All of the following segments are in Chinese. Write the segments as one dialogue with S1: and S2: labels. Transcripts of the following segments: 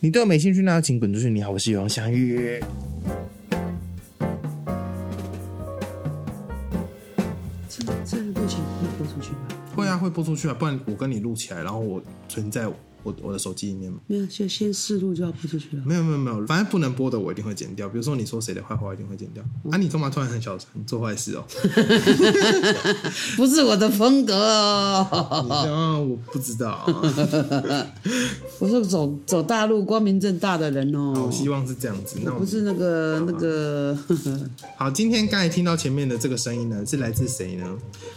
S1: 你对我没兴趣，那就请滚出去！你好，我是永祥玉。
S2: 这这录起来会播出去吗？
S1: 会啊，会播出去啊，不然我跟你录起来，然后我存在我我的手机里面嘛。
S2: 没有，就先试录就要播出去了。
S1: 没有没有没有，反正不能播的我一定会剪掉。比如说你说谁的坏话，我一定会剪掉。啊，你干嘛突然很小声？你做坏事 哦？
S2: 不是我的风格哦。
S1: 你这样我不知道 啊、
S2: 我是走走大路光明正大的人
S1: 我
S2: 哦，
S1: 希望是这样子。那我
S2: 不
S1: 们
S2: 是那个那个。
S1: 好，今天刚才听到前面的这个声音呢，是来自谁呢？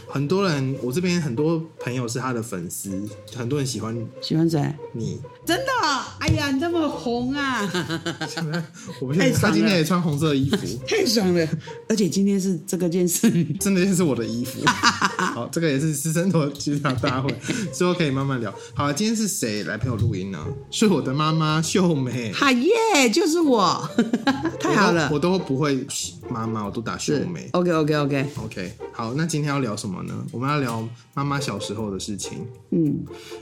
S1: 很多人，我这边很多朋友是他的粉丝，很多人喜欢
S2: 喜欢谁？
S1: 你。
S2: 真的哦、哎呀，你这么红啊，
S1: 我不确定
S2: 太爽
S1: 他今天
S2: 了
S1: 也穿红色的衣服，
S2: 太爽了！而且今天是这个件事，
S1: 真的就是我的衣 服。好，这个也是资深头职场大会，之后可以慢慢聊。好，今天是谁来陪我录音呢？是我的妈妈秀美。
S2: 哈耶，就是 我，太好了
S1: 我，都我都不会嘘妈妈，我都打秀美。
S2: OK OK OK，
S1: OK，好，那今天要聊什么呢？我们要聊妈妈小时候的事情，
S2: 嗯，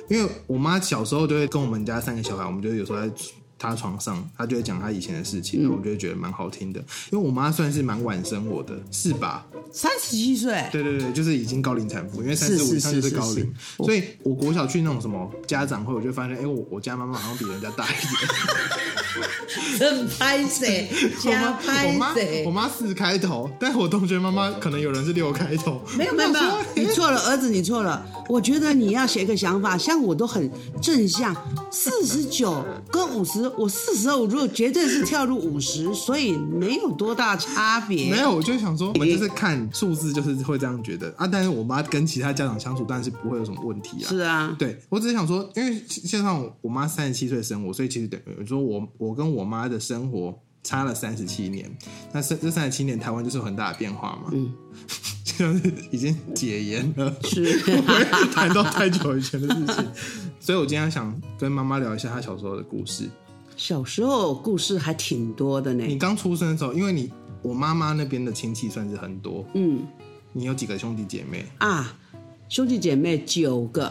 S1: 因为我妈小时候就会跟我们家三个小孩，我们就有时候在她床上，她就会讲她以前的事
S2: 嗯
S1: 情，我就会觉得蛮好听的。因为我妈算是蛮晚生我的，是吧？
S2: 三十七岁，
S1: 对对对，就是已经高龄产妇，因为三
S2: 是
S1: 十五以上就是是
S2: 是
S1: 高
S2: 是
S1: 龄，所以我国小去那种什么家长会，我就发现，哎、我我家妈妈好像比人家大一点。
S2: 真拍 谁？
S1: 我妈
S2: 加拍
S1: 我
S2: 谁？
S1: 妈四开头，但我同学妈妈可能有人是六开头。
S2: 没有没有没有，你错了，儿子你错了。我觉得你要写一个想法，像我都很正向，四十九跟五十，我四十五如果绝对是跳入五十，所以没有多大差别。
S1: 没有，我就想说，我们就是看数字，就是会这样觉得啊。但是我妈跟其他家长相处，当然是不会有什么问题啊。
S2: 是啊，
S1: 对我只是想说，因为现在我我妈三十七岁生我，所以其实等于说我我跟我妈的生活差了三十七年。那这这三十七年，台湾就是有很大的变化嘛。嗯， 就是已经解严了，
S2: 是
S1: 会谈到太久以前的事情。所以我今天想跟妈妈聊一下她小时候的故事。
S2: 小时候故事还挺多的
S1: 你
S2: 呢。
S1: 刚出生的时候，因为你我妈妈那边的亲戚算是很多，
S2: 嗯
S1: 你有几个兄弟姐妹？
S2: 啊，兄弟姐妹九个，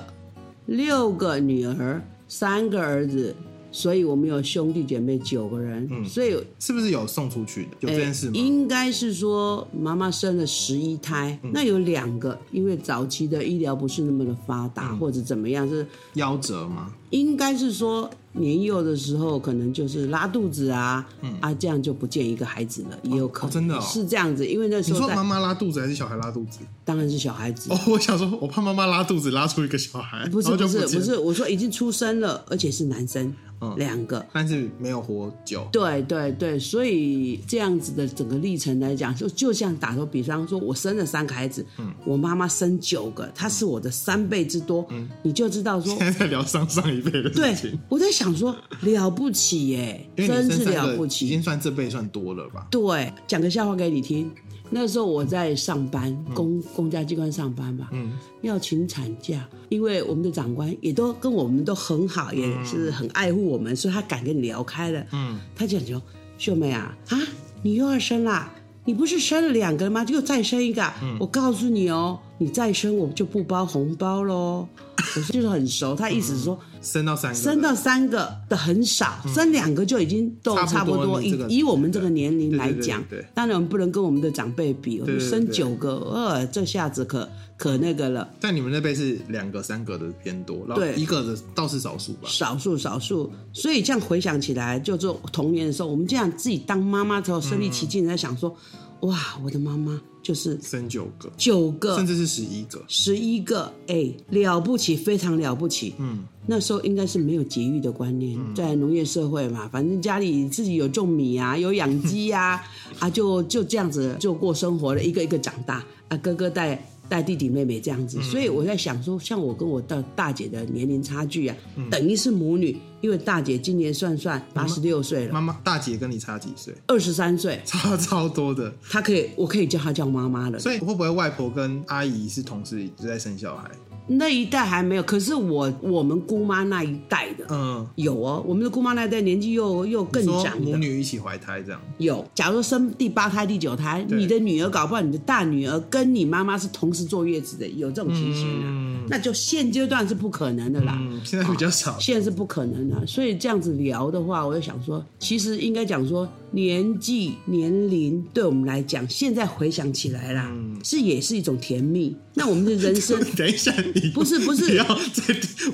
S2: 六个女儿，三个儿子，所以我们有兄弟姐妹九个人。
S1: 嗯
S2: 所以
S1: 是不是有送出去的？有
S2: 哎
S1: 这件事吗？
S2: 应该是说妈妈生了十一胎，
S1: 嗯
S2: 那有两个因为早期的医疗不是那么的发达，
S1: 嗯
S2: 或者怎么样是。
S1: 夭折吗？
S2: 应该是说年幼的时候，可能就是拉肚子啊，啊，这样就不见一个孩子了，也有可能、
S1: 嗯哦真的哦
S2: 是这样子，因为那时
S1: 你
S2: 候
S1: 说
S2: 在
S1: 妈妈拉肚子还是小孩拉肚子？
S2: 当然是小孩子，
S1: 哦，我想说，我怕妈妈拉肚子拉出一个小孩，
S2: 不是
S1: 然后就
S2: 不是
S1: 见嗯
S2: 不是，我说已经出生了，而且是男生，两个。
S1: 但是没有活久。
S2: 对对对，所以这样子的整个历程来讲，就就像打个比方说，我生了三个孩子，
S1: 嗯
S2: 我妈妈生九个，她是我的三倍之多，你就知道说，
S1: 嗯 现在在聊上上一辈的
S2: 对
S1: 事情，，
S2: 我在想说了不起耶，
S1: 因为
S2: 真
S1: 你生
S2: 是
S1: 三
S2: 了
S1: 个
S2: 不
S1: 已
S2: 起
S1: 经。算这辈算多了吧？
S2: 对，讲个笑话给你听。那时候我在上班，公公家机关上班吧，嗯，要请产假，因为我们的长官也都跟我们都很好，也是很爱护我们，所以他敢跟你聊开了。嗯，他讲说：“秀妹啊，啊，你又要生啦？你不是生了两个吗？就再生一个啊。我告诉你哦，你再生我就不包红包喽。” 我说就是很熟，他意思是说。
S1: 生到三个，
S2: 生到三个的很少，生两个就已经都
S1: 嗯差
S2: 差
S1: 不
S2: 不
S1: 多
S2: 多。
S1: 你这个
S2: 以以我们这个年龄来
S1: 对对对
S2: 讲
S1: 对对，
S2: 当然我们不能跟我们的长辈比，我
S1: 对
S2: 们
S1: 对
S2: 生
S1: 对
S2: 九个，呃，这下子可可那个了，
S1: 但你们那辈是两个三个的偏多，然后
S2: 对
S1: 一个的倒是少数吧？
S2: 少数少数。所以这样回想起来，就做童年的时候，我们这样自己当妈妈之后，
S1: 嗯
S2: 身临其境在想说，哇，我的妈妈就是
S1: 生九个，
S2: 九个
S1: 甚，至是十一个。
S2: 十一个，哎，了不起，非常了不起。嗯，那时候应该是没有节育的观念，
S1: 嗯
S2: 在农业社会嘛，反正家里自己有种 米啊，有养鸡呀、啊，就就这样子就过生活了，一个一个长大啊，哥哥带带弟弟妹妹这样子。
S1: 嗯
S2: 所以我在想说，像我跟我大大姐的年龄差距啊，等于是母女，因为大姐今年算算八十六岁了，
S1: 嗯妈妈大姐跟你差几岁？
S2: 二十三岁，
S1: 差超多的。
S2: 她可以，我可以叫她叫妈妈了。
S1: 所以会不会外婆跟阿姨是同时一直在生小孩？
S2: 那一代还没有，可是我我们姑妈那一代的、
S1: 嗯，
S2: 有哦，我们的姑妈那一代年纪又又更
S1: 说
S2: 长
S1: 母
S2: 的
S1: 女一起怀胎这样，
S2: 有。假如说生第八胎、第九胎，
S1: 对
S2: 你的女儿搞不好你的大女儿跟你妈妈是同时坐月子的，有这种情形啊，
S1: 嗯
S2: 那就现阶段是不可能的啦。
S1: 嗯，现在比较少，
S2: 现在是不可能的，所以这样子聊的话，我就想说，其实应该讲说年纪、年龄对我们来讲，现在回想起来啦，
S1: 嗯
S2: 是也是一种甜蜜。那我们的 人生
S1: 等一下，你
S2: 不是不是
S1: 不要再，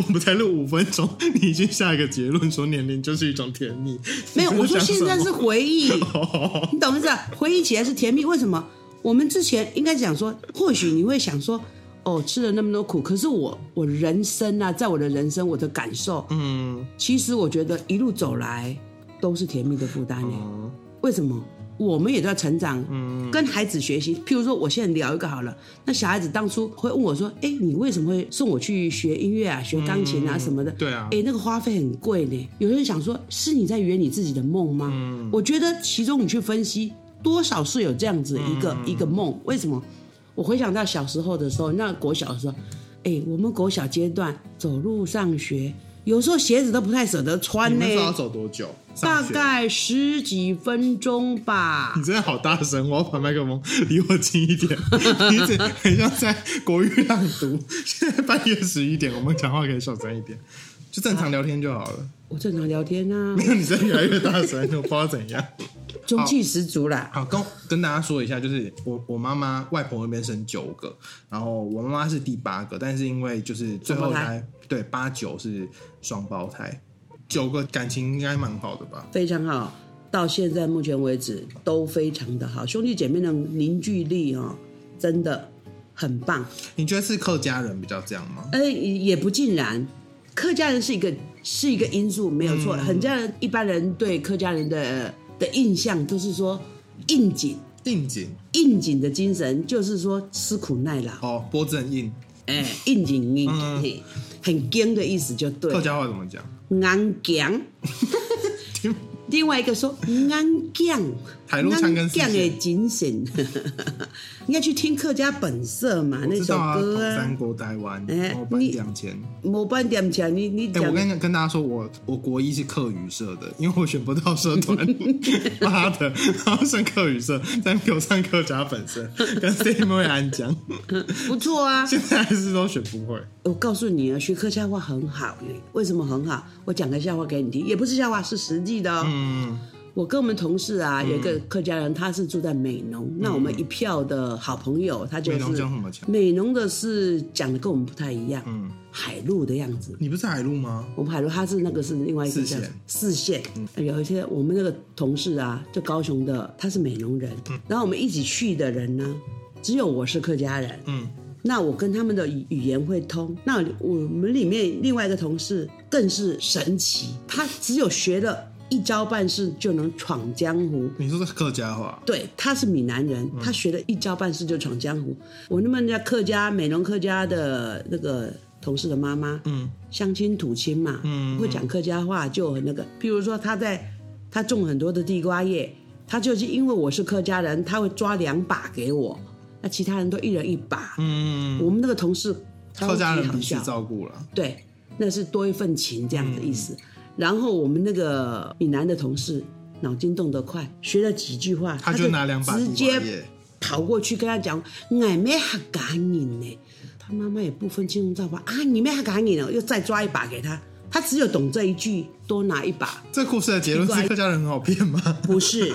S1: 我们才录五分钟，你已经下一个结论说年龄就是一种甜蜜，
S2: 没有，
S1: 你
S2: 我说
S1: 在讲
S2: 现在
S1: 什
S2: 是
S1: 么
S2: 回忆，
S1: 哦，
S2: 你懂意思啊？回忆起来是甜蜜，为什么？我们之前应该讲说，或许你会想说，哦，吃了那么多苦，可是我我人生啊，在我的人生，我的感受，
S1: 嗯
S2: 其实我觉得一路走来都是甜蜜的负担呢、欸
S1: 嗯
S2: 为什么？我们也在成长，跟孩子学习。譬如说，我现在聊一个好了，那小孩子当初会问我说：“哎、你为什么会送我去学音乐啊、学钢琴啊什么的？”
S1: 嗯对啊
S2: 哎、那个花费很贵呢。有人想说，是你在圆你自己的梦吗？
S1: 嗯
S2: 我觉得其中你去分析，多少是有这样子一
S1: 嗯
S2: 个、一个梦。为什么？我回想到小时候的时候，那国小的时候，哎、我们国小阶段走路上学，有时候鞋子都不太舍得穿
S1: 你
S2: 呢
S1: 们，说要走多久？
S2: 大
S1: 上学
S2: 概十几分钟吧。
S1: 你真的好大声！我要把麦克风离我近一点， 你一直很像在国语朗读。现在半夜十一点，我们讲话可以小声一点，就正常聊天就好了。
S2: 我正常聊天啊
S1: 没，有，哦你真的越来越大声，我不知道怎样。
S2: 中气十足啦。
S1: 好，跟跟大家说一下，就是我我妈妈外婆那边生九个，然后我妈妈是第八个，但是因为就是最后
S2: 双胞胎
S1: 才对八九是双胞胎，九个感情应该蛮好的吧？
S2: 非常好，到现在目前为止都非常的好，兄弟姐妹的凝聚力哦，真的很棒。
S1: 你觉得是客家人比较这样吗？
S2: 呃，也不尽然，客家人是一个是一个因素，没有错。
S1: 嗯
S2: 很家人一般人对客家人的的印象都是说应景，
S1: 应景
S2: 应景的精神就是说吃苦耐劳，
S1: 哦，脖子很硬，
S2: 哎、应景应
S1: 嗯
S2: 景，很硬的意思就对
S1: 客
S2: 了，
S1: 家话怎么讲？
S2: 硬 强。
S1: 听
S2: 另外一个说安将，
S1: 海陆腔跟四线
S2: 安将的精神， 你要去听客家本色嘛那
S1: 知
S2: 首
S1: 道啊，
S2: 歌
S1: 统
S2: 啊
S1: 三。国台湾，
S2: 哎
S1: 然后颁
S2: 你
S1: 奖前。
S2: 某半点起来，你你
S1: 哎、
S2: 讲
S1: 我跟跟大家说，我我国一是课语社的，因为我选不到社 团，妈的，然后上课语社，但没有上客家本身， 跟 Stay 安讲，
S2: 不错啊。
S1: 现在还是都选不会。
S2: 我告诉你啊，学客家话很好呢。为什么很好？我讲个笑话给你听，也不是笑话，是实际的哦。
S1: 嗯，
S2: 我跟我们同事啊，有一个客家人，他是住在美浓，那我们一票的好朋友，他
S1: 嗯
S2: 就
S1: 美浓
S2: 是
S1: 江什么嗯强？
S2: 美浓的是讲的跟我们不太一样，海陆的样子。
S1: 你不是海陆吗？
S2: 我们海螺它是那个是另外一个
S1: 四
S2: 叫
S1: 线嗯
S2: 四线，有一些我们那个同事啊，就高雄的，他是美容人，
S1: 嗯
S2: 然后我们一起去的人呢，只有我是客家人，
S1: 嗯，
S2: 那我跟他们的语语言会通，那我们里面另外一个同事更是神奇，他只有学了一招半式就能闯江湖，
S1: 你说是客家话？
S2: 对，他是闽南人，
S1: 嗯
S2: 他学了一招半式就闯江湖。我那么人家客家美容客家的那个同事的妈妈，
S1: 嗯，
S2: 乡亲土亲嘛，
S1: 嗯
S2: 会讲客家话就很那个。譬如说他在他种很多的地瓜叶，他就是因为我是客家人，他会抓两把给我，那其他人都一人一把。
S1: 嗯，
S2: 我们那个同事
S1: 客家
S2: 超级
S1: 人
S2: 好
S1: 彼此
S2: 笑
S1: 照顾了。
S2: 对，那是多一份情这
S1: 嗯
S2: 样的意思。然后我们那个闽南的同事脑筋动得快，学了几句话，
S1: 他就拿两把
S2: 直
S1: 地瓜
S2: 接
S1: 叶
S2: 跑过去跟他讲：“俺没哈赶紧呢。”他妈妈也不分青红皂白啊，你没哈赶紧呢，又再抓一把给他。他只有懂这一句，多拿一把
S1: 这故事的结论是客家人很好骗吗？
S2: 不是，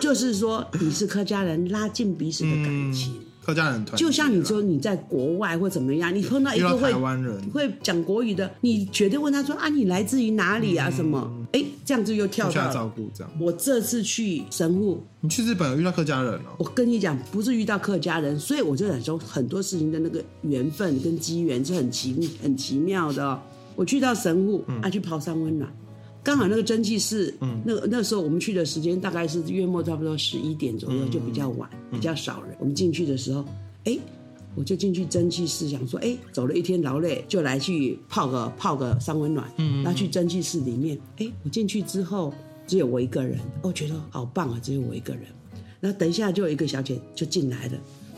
S2: 就是说你是客家人，拉近彼此的感情。
S1: 嗯客家人很团结啦，
S2: 就像你说你在国外或怎么样，你碰到一
S1: 遇
S2: 个
S1: 到
S2: 会
S1: 台湾人，
S2: 会讲国语的，你绝对问他说啊，你来自于哪里啊？什
S1: 嗯
S2: 么？哎，这样子又跳
S1: 互
S2: 到
S1: 相照
S2: 了。
S1: 顾这样。
S2: 我这次去神户，
S1: 你去日本有遇到客家人哦？
S2: 我跟你讲，不是遇到客家人，所以我就想说，很多事情的那个缘分跟机缘是很奇很奇妙的、哦。我去到神户，啊，去泡山温暖，刚好那个蒸汽室，嗯，那个那时候我们去的时间大概是月末，差不多十一点左右，就比较晚，比较少人。我们进去的时候，哎，我就进去蒸汽室，想说，哎，走了一天劳累，就来去泡个泡个三温暖，嗯，然后去蒸汽室里面，哎，我进去之后只有我哦一个人，我觉得好棒啊，只有我一个人。然后等一下就有一个小姐就进来了，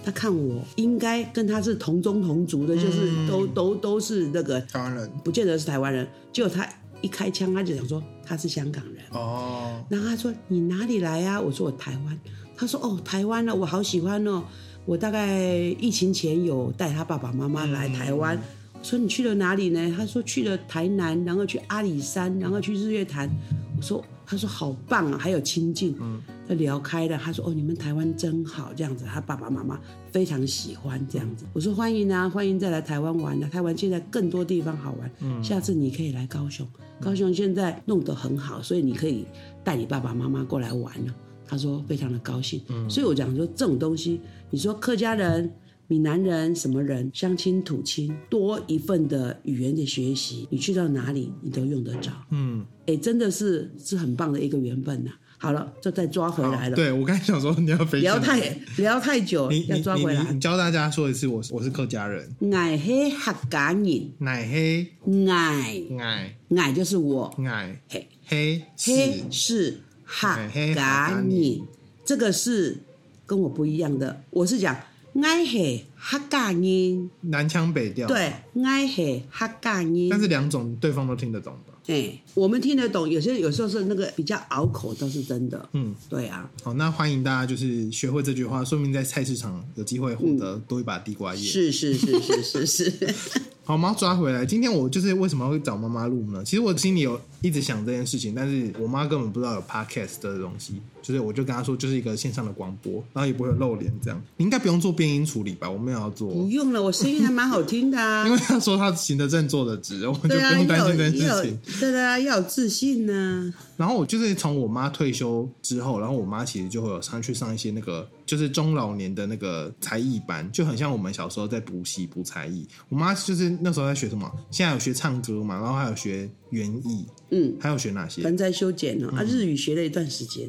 S2: 他看我应该跟他是同宗同族的，就是都都都是那个，
S1: 台湾人
S2: 不见得是台湾人。结果他一开枪，他就讲说他是香港人。
S1: 哦，
S2: 然后他说：“你哪里来啊？”我说：“我台湾。”他说：“哦，台湾呢、我好喜欢哦。我大概疫情前有带他爸爸妈妈来台湾。我说：“你去了哪里呢？”他说：“去了台南，然后去阿里山，然后去日月潭。”我说：“他说好棒啊，还有亲近。”嗯，他聊开了，他说：“哦，你们台湾真好，这样子。”他爸爸妈妈非常喜欢这样子。我说：“欢迎啊，欢迎再来台湾玩啊！台湾现在更多地方好玩，下次你可以来高雄。高雄现在弄得很好，所以你可以带你爸爸妈妈过来玩了、他说非常的高兴，所以我讲说这种东西，你说客家人、闽南人什么人，乡亲土亲，多一份的语言的学习，你去到哪里你都用得着，
S1: 嗯，
S2: 哎，真的是是很棒的一个缘分呐、好了，这再抓回来了，
S1: 哦对我刚才想说你要分
S2: 聊
S1: 享，
S2: 太聊太久，
S1: 你
S2: 要
S1: 你
S2: 抓
S1: 你
S2: 回
S1: 你
S2: 来
S1: 你。教大家说一次，我是我是客家人，
S2: 矮黑客家人，
S1: 奶黑
S2: 矮
S1: 奶
S2: 矮就是我，
S1: 奶
S2: 嘿
S1: 黑
S2: 黑
S1: 是
S2: 是客
S1: 嘿客
S2: 家
S1: 家
S2: 人
S1: 人，
S2: 这个是跟我不一样的。我是讲爱黑客家人，
S1: 南腔北调，，
S2: 对，爱黑客家
S1: 但
S2: 人。
S1: 是两种对方都听得懂吧？
S2: 哎，我们听得懂，有些有时候是那个比较拗口，倒是真的。
S1: 嗯，
S2: 对啊，
S1: 好，那欢迎大家就是学会这句话，说明在菜市场有机会获得多一把地瓜叶。
S2: 是是是是是是，
S1: 好，我们要抓回来。今天我就是为什么会找妈妈录呢？其实我心里有一直想这件事情，但是我妈根本不知道有 podcast 的东西，就是我就跟她说，就是一个线上的广播，然后也不会露脸这样。你应该不用做变音处理吧？我们也要做，
S2: 不用了，我声音还蛮好听的啊
S1: 因。为她说她行得正坐得直，我们就
S2: 对
S1: 不
S2: 啊，
S1: 用担
S2: 要
S1: 心
S2: 有
S1: 这件事
S2: 要有
S1: 情。
S2: 对的啊，要有自信呢、
S1: 然后我就是从我妈退休之后，然后我妈其实就会有上去上一些那个就是中老年的那个才艺班，就很像我们小时候在补习补才艺。我妈就是那时候在学什么，现在有学唱歌嘛，然后还有学园艺，
S2: 嗯，
S1: 还有学哪些？
S2: 盆栽修剪哦，啊，日语学了一段时间，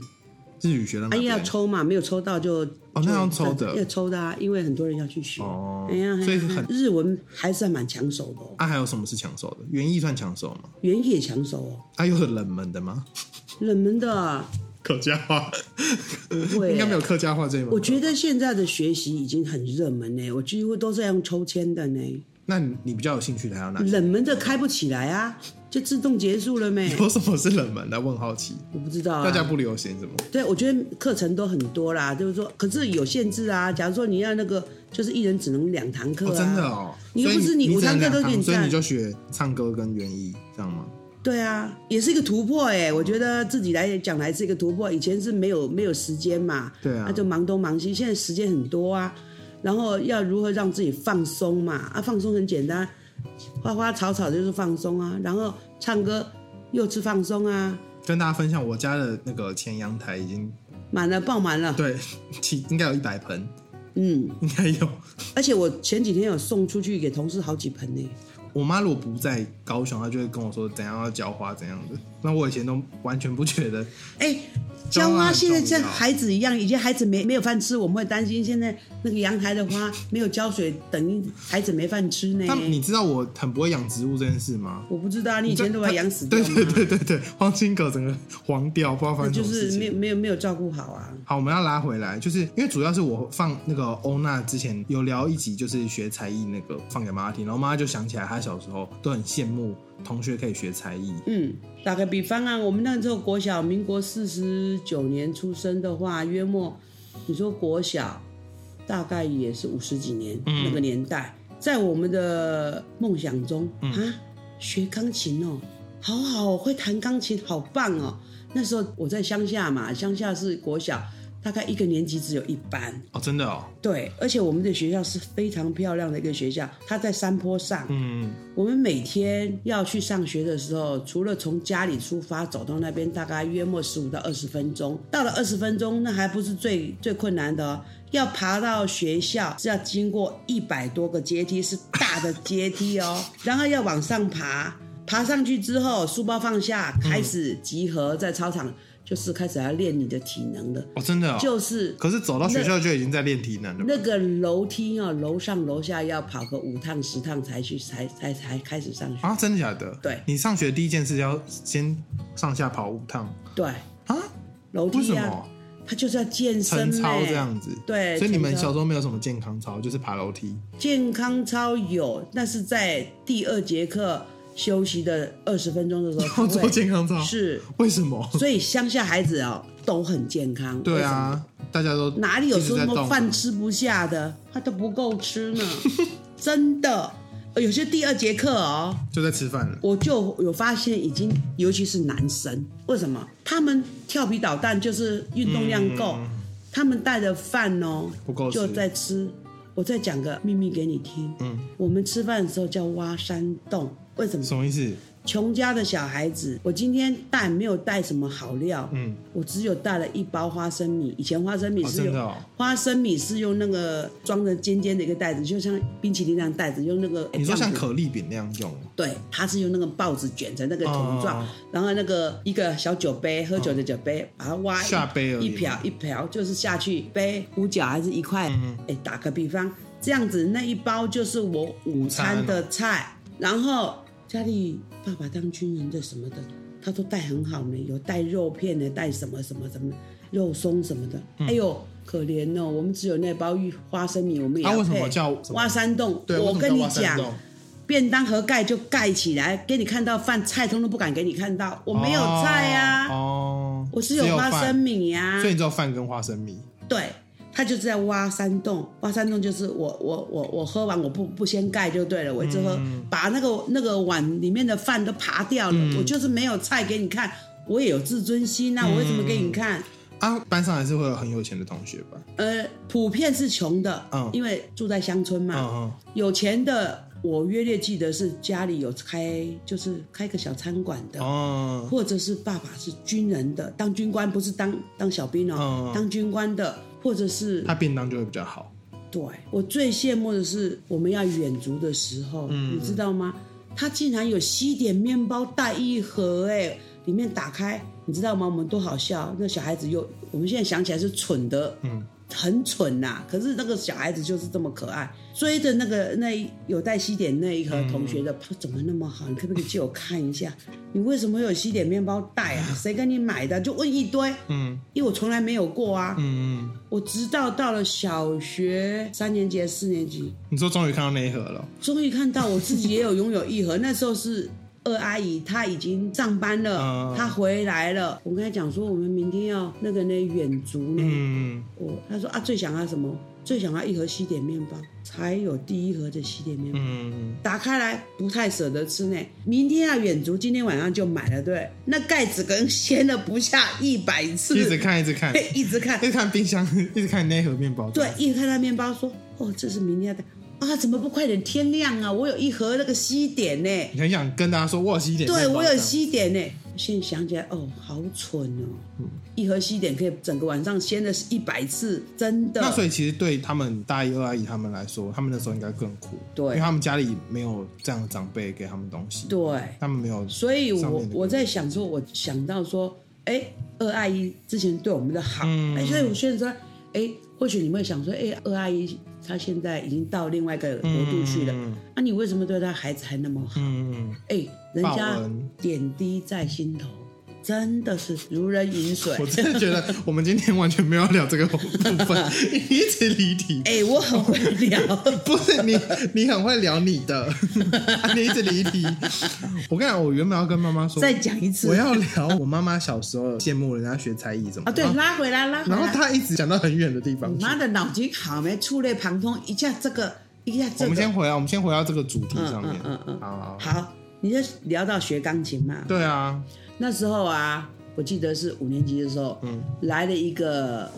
S1: 日语学到哪
S2: 啊，
S1: 边？
S2: 要抽嘛，没有抽到就
S1: 哦那要抽的
S2: 要抽的啊，因为很多人要去学。
S1: 哦
S2: 哎呀，
S1: 所以
S2: 哎呀
S1: 很
S2: 日文还是蛮抢手的哦，
S1: 啊，还有什么是抢手的？园艺算抢手吗？
S2: 园艺也抢手哦，
S1: 啊，有很冷门的吗？
S2: 冷门的啊
S1: 客家话
S2: 不会
S1: 应该没有客家话这一门。
S2: 我觉，得现在的学习已经很热门呢，我几乎都是要用抽签的呢。
S1: 那你你比较有兴趣的还有哪 些？
S2: 冷门的开不起来啊，就自动结束 了没？
S1: 有什么是冷门的？我很好奇，
S2: 我不知道
S1: 大家
S2: 啊。
S1: 不流行什么？
S2: 对，我觉得课程都很多啦，就是说，可是有限制啊。假如说你要那个，就是一人只能两堂课
S1: 哦，
S2: 啊。
S1: 真的哦，
S2: 你又
S1: 所以
S2: 不是你
S1: 你
S2: 五
S1: 只能
S2: 堂课
S1: 两
S2: 都给
S1: 堂
S2: 你
S1: 所以
S2: 占
S1: 你就学唱歌跟园艺，这样吗？
S2: 对啊，也是一个突破哎、我觉得自己来讲来是一个突破，以前是没有没有时间嘛，
S1: 对啊
S2: 那就忙东忙西，现在时间很多啊，然后要如何让自己放松嘛？啊，放松很简单，花花草草就是放松啊，然后唱歌又是放松啊，
S1: 跟大家分享，我家的那个前阳台已经
S2: 满了爆满了，
S1: 对，其应该有一百盆，
S2: 嗯，
S1: 应该有。
S2: 而且我前几天有送出去给同事好几盆呢、
S1: 我妈如果不在高雄，她就会跟我说怎样要浇花怎样的。那我以前都完全不觉得，
S2: 哎，
S1: 种啊
S2: 浇花现在像
S1: 种啊
S2: 孩子一样，以前孩子没没有饭吃，我们会担心现在那个阳台的花没有浇水，等于孩子没饭吃呢。
S1: 但你知道我很不会养植物这件事吗？
S2: 我不知道，你以前都把它养死掉
S1: 对
S2: 吗？
S1: 对对对对，黄金葛整个黄掉，不知道发
S2: 那
S1: 生什
S2: 就
S1: 么事情
S2: 是没。有没有没有照顾好啊。
S1: 好，我们要拉回来，就是因为主要是我放那个欧娜之前有聊一集，就是学才艺那个放给妈妈听，然后妈妈就想起来她小时候都很羡慕同学可以学才艺，
S2: 嗯，打个比方啊，我们那时候国小，民国四十九年出生的话，约莫你说国小大概也是五十几年、那个年代，在我们的梦想中、啊，学钢琴哦，好好哦会弹钢琴，好棒哦。那时候我在乡下嘛，乡下是国小，大概一个年级只有一班，
S1: 哦，真的哦，
S2: 对，而且我们的学校是非常漂亮的一个学校，它在山坡上，
S1: 嗯，
S2: 我们每天要去上学的时候，除了从家里出发走到那边，大概约莫十五到二十分钟。到了二十分钟，那还不是最最困难的、哦，要爬到学校是要经过一百多个阶梯，是大的阶梯哦， 然后要往上爬。爬上去之后，书包放下，开始集合，在操场就是开始要练你的体能了，
S1: 哦，真的哦，
S2: 就是
S1: 可是走到学校就已经在练体能了吧，
S2: 那个楼梯啊、楼上楼下要跑个五趟十趟才去，才才才开始上学。
S1: 啊，真的假的？
S2: 对
S1: 你上学第一件事要先上下跑五趟
S2: 对，
S1: 啊？
S2: 楼
S1: 为
S2: 梯
S1: 什
S2: 啊，
S1: 么？
S2: 他就是要健身、
S1: 晨
S2: 欸，
S1: 操这样子。
S2: 对，
S1: 所以你们
S2: 晨操
S1: 小时候没有什么健康操，就是爬楼梯。
S2: 健康操有，但是在第二节课休息的二十分钟的时 候，
S1: 要
S2: 他
S1: 做
S2: 会
S1: 健康操，
S2: 是，
S1: 为什 么？
S2: 所以乡下孩子哦都很健康。
S1: 对
S2: 为
S1: 啊，大家都
S2: 什么，哪里有
S1: 一直
S2: 说
S1: 在
S2: 什么
S1: 动
S2: 饭吃不下的，他都不够 吃呢，真的。呃有些第二节课哦，
S1: 就在吃饭了。
S2: 我就有发现，已经尤其是男生，为什么他们跳皮捣蛋就是运动量够，他们带的饭
S1: 嗯
S2: 哦
S1: 不够吃
S2: 就在吃。我再讲个秘密给你听，
S1: 嗯，
S2: 我们吃饭的时候叫挖山洞，为什么？
S1: 什么意思？
S2: 穷家的小孩子，我今天带没有带什么好料，
S1: 嗯，
S2: 我只有带了一包花生米。以前花生米
S1: 哦
S2: 是
S1: 真
S2: 用、
S1: 的哦
S2: 花生米是用那个装着尖尖的一个袋子，就像冰淇淋那样袋子，用那个
S1: 你说
S2: 这样
S1: 像
S2: 子
S1: 可丽饼那样用哦？
S2: 对，它是用那个报纸卷成那个桶状，
S1: 哦
S2: 然后那个一个小酒杯，喝酒的酒杯，把它挖一
S1: 下杯而已
S2: 一瓢一瓢，就是下去杯五角还是一块，哎、
S1: 嗯
S2: 打个比方，这样子那一包就是我午餐的菜，然后家里爸爸当军人的什么的，他都带很好呢，有带肉片的，带什么什么什么肉松什么的，
S1: 嗯
S2: 哎呦。可怜哦，我们只有那包玉花生米，我们也
S1: 啊
S2: 要
S1: 为什么
S2: 配
S1: 叫什么
S2: 挖山洞？
S1: 对，为什
S2: 我
S1: 么
S2: 跟
S1: 叫
S2: 你
S1: 挖山
S2: 讲，
S1: 洞
S2: 便当盒盖就盖起来，给你看到饭菜通通不敢给你看到，我没有菜呀、
S1: 哦，
S2: 我
S1: 只
S2: 是有花
S1: 饭
S2: 生，米啊呀、
S1: 所以你知道饭跟花生米。
S2: 对，他就是在挖山洞，挖山洞就是我我我我喝完我不不先盖就对了，我一直喝，
S1: 嗯
S2: 把那个那个碗里面的饭都扒掉了，我就是没有菜给你看，我也有自尊心
S1: 嗯
S2: 呐、我为什么给你看？
S1: 啊，班上还是会有很有钱的同学吧？
S2: 呃，普遍是穷的，
S1: 嗯
S2: 因为住在乡村嘛，
S1: 嗯嗯，
S2: 有钱的，我约略记得是家里有开，就是开个小餐馆的，
S1: 哦，
S2: 或者是爸爸是军人的，当军官不是当当小兵哦，
S1: 嗯
S2: 当军官的，或者是
S1: 他便当就会比较好。
S2: 对我最羡慕的是我们要远足的时候，你知道吗？他竟然有西点面包带一盒、哎，里面打开，你知道吗？我们多好笑，那小孩子又，我们现在想起来是蠢的，
S1: 嗯，
S2: 很蠢呐、可是那个小孩子就是这么可爱，追着那个那一有带西点那一盒同学的，他怎么那么好？你可不可以借我看一下？你为什么有西点面包带啊？谁跟你买的？就问一堆，
S1: 嗯
S2: 因为我从来没有过啊。
S1: 嗯嗯，
S2: 我直到到了小学三年级、四年级，
S1: 你说终于看到那一盒了，
S2: 终于看到我自己也有拥有一盒。 那时候是二阿姨，她已经上班了
S1: 嗯，
S2: 她回来了。我跟她讲说，我们明天要那个呢远足呢。
S1: 嗯，
S2: 我她说啊，最想要什么？最想要一盒西点面包，才有第一盒的西点面包。
S1: 嗯，
S2: 打开来不太舍得吃呢，明天要远足，今天晚上就买了，对？那盖子跟掀了不下一百次，
S1: 一直看，一直看，
S2: 一直看
S1: 一，直看冰箱， 一直看那一盒面包。
S2: 对，，一看到面包说：“哦，这是明天的啊，怎么不快点天亮啊？我有一盒那个西点呢、
S1: 你很想跟大家说，我有西点面包
S2: 对
S1: 这样。
S2: 我有西点呢、现在想起来，哦，好蠢哦！
S1: 嗯
S2: 一盒西点可以整个晚上掀了一百次，真的。
S1: 那所以其实对他们大一、二阿姨他们来说，他们那时候应该更苦，
S2: 对
S1: 因为他们家里没有这样的长辈给他们东西，
S2: 对，
S1: 他们没有，
S2: 所以
S1: 上
S2: 我
S1: 面的
S2: 我在想说，我想到说，哎，二阿姨之前对我们的好，哎、
S1: 嗯
S2: 所以我现在，哎，或许你们会想说，哎，二阿姨她现在已经到另外一个国度去了，那、啊
S1: 嗯
S2: 你为什么对她孩子还那么好？
S1: 嗯，
S2: 哎、人
S1: 报
S2: 家
S1: 恩
S2: 点滴在心头，真的是如人饮水。
S1: 我真的觉得我们今天完全没有聊这个部 分，一直离题。
S2: 哎、我很会 聊，
S1: 不是你，你很会聊你的，你一直离题。我跟你讲，我原本要跟妈妈说，
S2: 再讲一次
S1: 我要聊我妈妈小时候羡慕人家学才艺怎么
S2: 啊！对，拉回来，拉回
S1: 然后
S2: 来。
S1: 她一直讲到很远的地方去。
S2: 妈的，脑筋好没？触类旁通，一下这个，一下
S1: 我
S2: 这
S1: 们
S2: 个。
S1: 先回来，我们先回到这个主题上面。
S2: 嗯嗯嗯嗯嗯
S1: 好好，好
S2: 好，你就聊到学钢琴嘛。
S1: 对啊，
S2: 那时候啊，我记得是五年级的时候，嗯，来了一个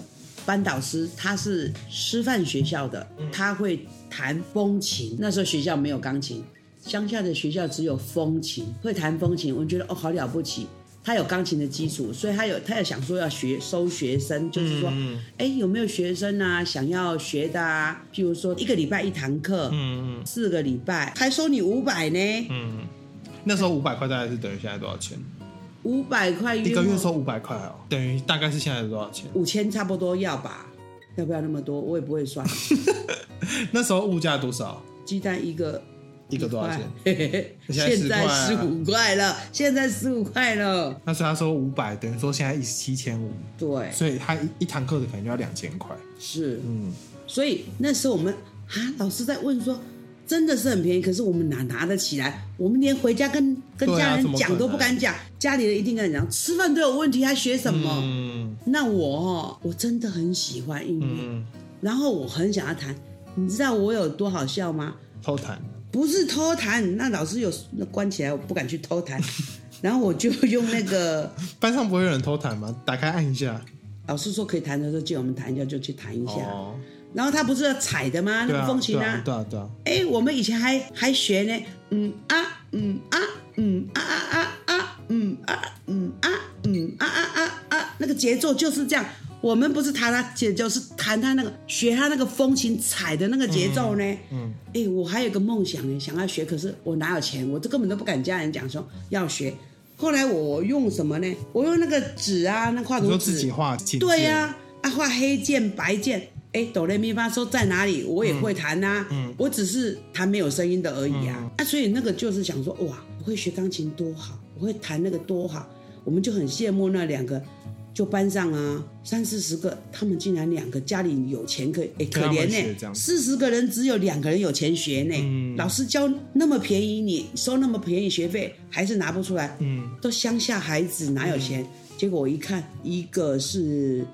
S2: 班导师，他是师范学校的，
S1: 嗯
S2: 他会弹风琴。那时候学校没有钢琴，乡下的学校只有风琴，会弹风琴，我觉得哦，好了不起。他有钢琴的基础，所以他有他有想说要学收学生，就是
S1: 嗯
S2: 说，哎、有没有学生啊想要学的啊？譬如说一个礼拜一堂课，
S1: 嗯嗯
S2: 四个礼拜还收你五百呢，
S1: 嗯，那时候五百块大概是等于现在多少钱？
S2: 五百块
S1: 一
S2: 一
S1: 个月收五百块哦，等于大概是现在的多少钱？
S2: 五千差不多要吧？要不要那么多？我也不会算。
S1: 那时候物价多少？
S2: 鸡蛋一个
S1: 一个多少钱？
S2: 嘿嘿 嘿
S1: 现
S2: 现
S1: 在啊
S2: 在
S1: 10
S2: 十五块了，现在十五块了，
S1: 那所以他说五百，等于说现在一七千五，
S2: 对，
S1: 所以他一一堂课的可能就要两千块。
S2: 是，
S1: 哎嗯，
S2: 所以那时候我们啊，老师在问说，真的是很便宜，可是我们哪拿得起来？我们连回家跟跟
S1: 对啊
S2: 家
S1: 怎
S2: 人
S1: 么可
S2: 讲都不
S1: 能
S2: 敢讲，家里人一定跟你讲，吃饭都有问题，还学什么？
S1: 嗯
S2: 那我哦，我真的很喜欢音乐，
S1: 嗯，
S2: 然后我很想要弹，你知道我有多好笑吗？
S1: 偷谈，
S2: 不是偷弹，那老师有那关起来，我不敢去 偷弹，然后我就用那个
S1: 班上不会有人偷谈吗？打开按一下。
S2: 老师说可以弹的时候借我们弹一下，就去弹一下。
S1: 哦，
S2: 然后他不是要踩的吗？那
S1: 对啊，
S2: 个风琴
S1: 对啊，对啊，对啊，
S2: 哎，我们以前还还学呢，嗯啊，嗯啊，嗯啊啊啊啊，嗯啊，嗯啊，嗯啊啊啊啊，那个节奏就是这样。我们不是弹他节奏，是弹他那个学他那个风琴踩的那个节奏呢。
S1: 嗯，
S2: 哎、我还有个梦想呢，想要学，可是我哪有钱？我这根本都不敢家人讲说要学。后来我用什么呢？我用那个纸啊，那画
S1: 你
S2: 图
S1: 说
S2: 纸，
S1: 自己画琴键，
S2: 对呀、啊，画黑键白键，哎，哆来咪发嗦在哪里？我也会弹呐、
S1: 嗯
S2: 我只是弹没有声音的而已啊。
S1: 嗯
S2: 啊，所以那个就是想说，哇，我会学钢琴多好，我会弹那个多好，我们就很羡慕那两个。就班上啊，三四十个，他们竟然两个家里有钱可以，哎、可
S1: 他们
S2: 怜呢、
S1: 学这样子
S2: 四十个人只有两个人有钱学呢、
S1: 嗯
S2: 老师教那么便宜你，收那么便宜学费，还是拿不出来。
S1: 嗯，
S2: 都乡下孩子哪有钱？结果我一看，一个是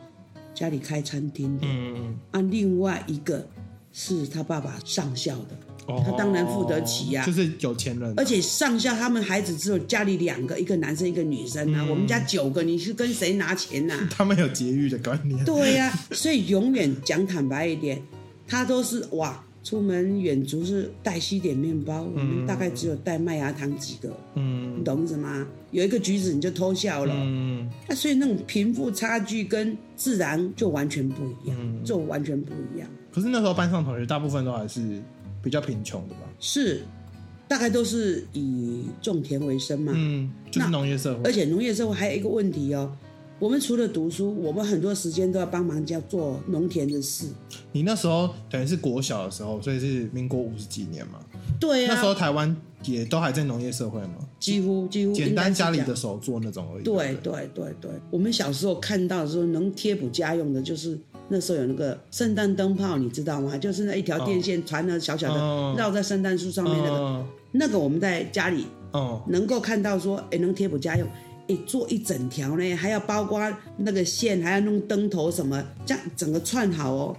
S2: 家里开餐厅的，
S1: 嗯嗯，
S2: 啊，另外一个是他爸爸上校的，
S1: 哦
S2: 他当然付得起呀
S1: 就是有钱人，啊
S2: 而且上校他们孩子只有家里两个，一个男生一个女生
S1: 嗯
S2: 啊，我们家九个，你是跟谁拿钱呐、
S1: 他们有节育的观念，
S2: 对呀、所以永远讲坦白一点，他都是哇，出门远足是带西点面包，我们大概只有带麦芽糖几个，
S1: 嗯
S2: 你懂意思吗？有一个橘子你就偷笑了。
S1: 嗯
S2: 那所以那种贫富差距跟自然就完全不一样，
S1: 嗯。
S2: 就完全不一样。
S1: 可是那时候班上同学大部分都还是比较贫穷的吧？
S2: 是，大概都是以种田为生嘛。
S1: 嗯，就是
S2: 那
S1: 农业社
S2: 而
S1: 会。
S2: 且农业社会还有一个问题哦，我们除了读书，我们很多时间都要帮忙家做农田的事。
S1: 你那时候等于是国小的时候，所以是民国五十几年嘛。
S2: 对
S1: 那时
S2: 啊
S1: 候，台湾也都还在农业社会嘛，
S2: 几乎几乎
S1: 简
S2: 应该
S1: 单
S2: 是
S1: 家里
S2: 这样
S1: 的手做那种而已。
S2: 对
S1: 不
S2: 对对对，我们小时候看到的时候，能贴补家用的，就是那时候有那个圣诞灯泡，你知道吗？就是那一条电线传的小小的，
S1: 哦
S2: 绕在圣诞树上面那个，
S1: 嗯
S2: 那个我们在家里
S1: 嗯
S2: 能够看到说，哎，能贴补家用，哎，做一整条呢，还要包括那个线，还要弄灯头什么，这样整个串好哦，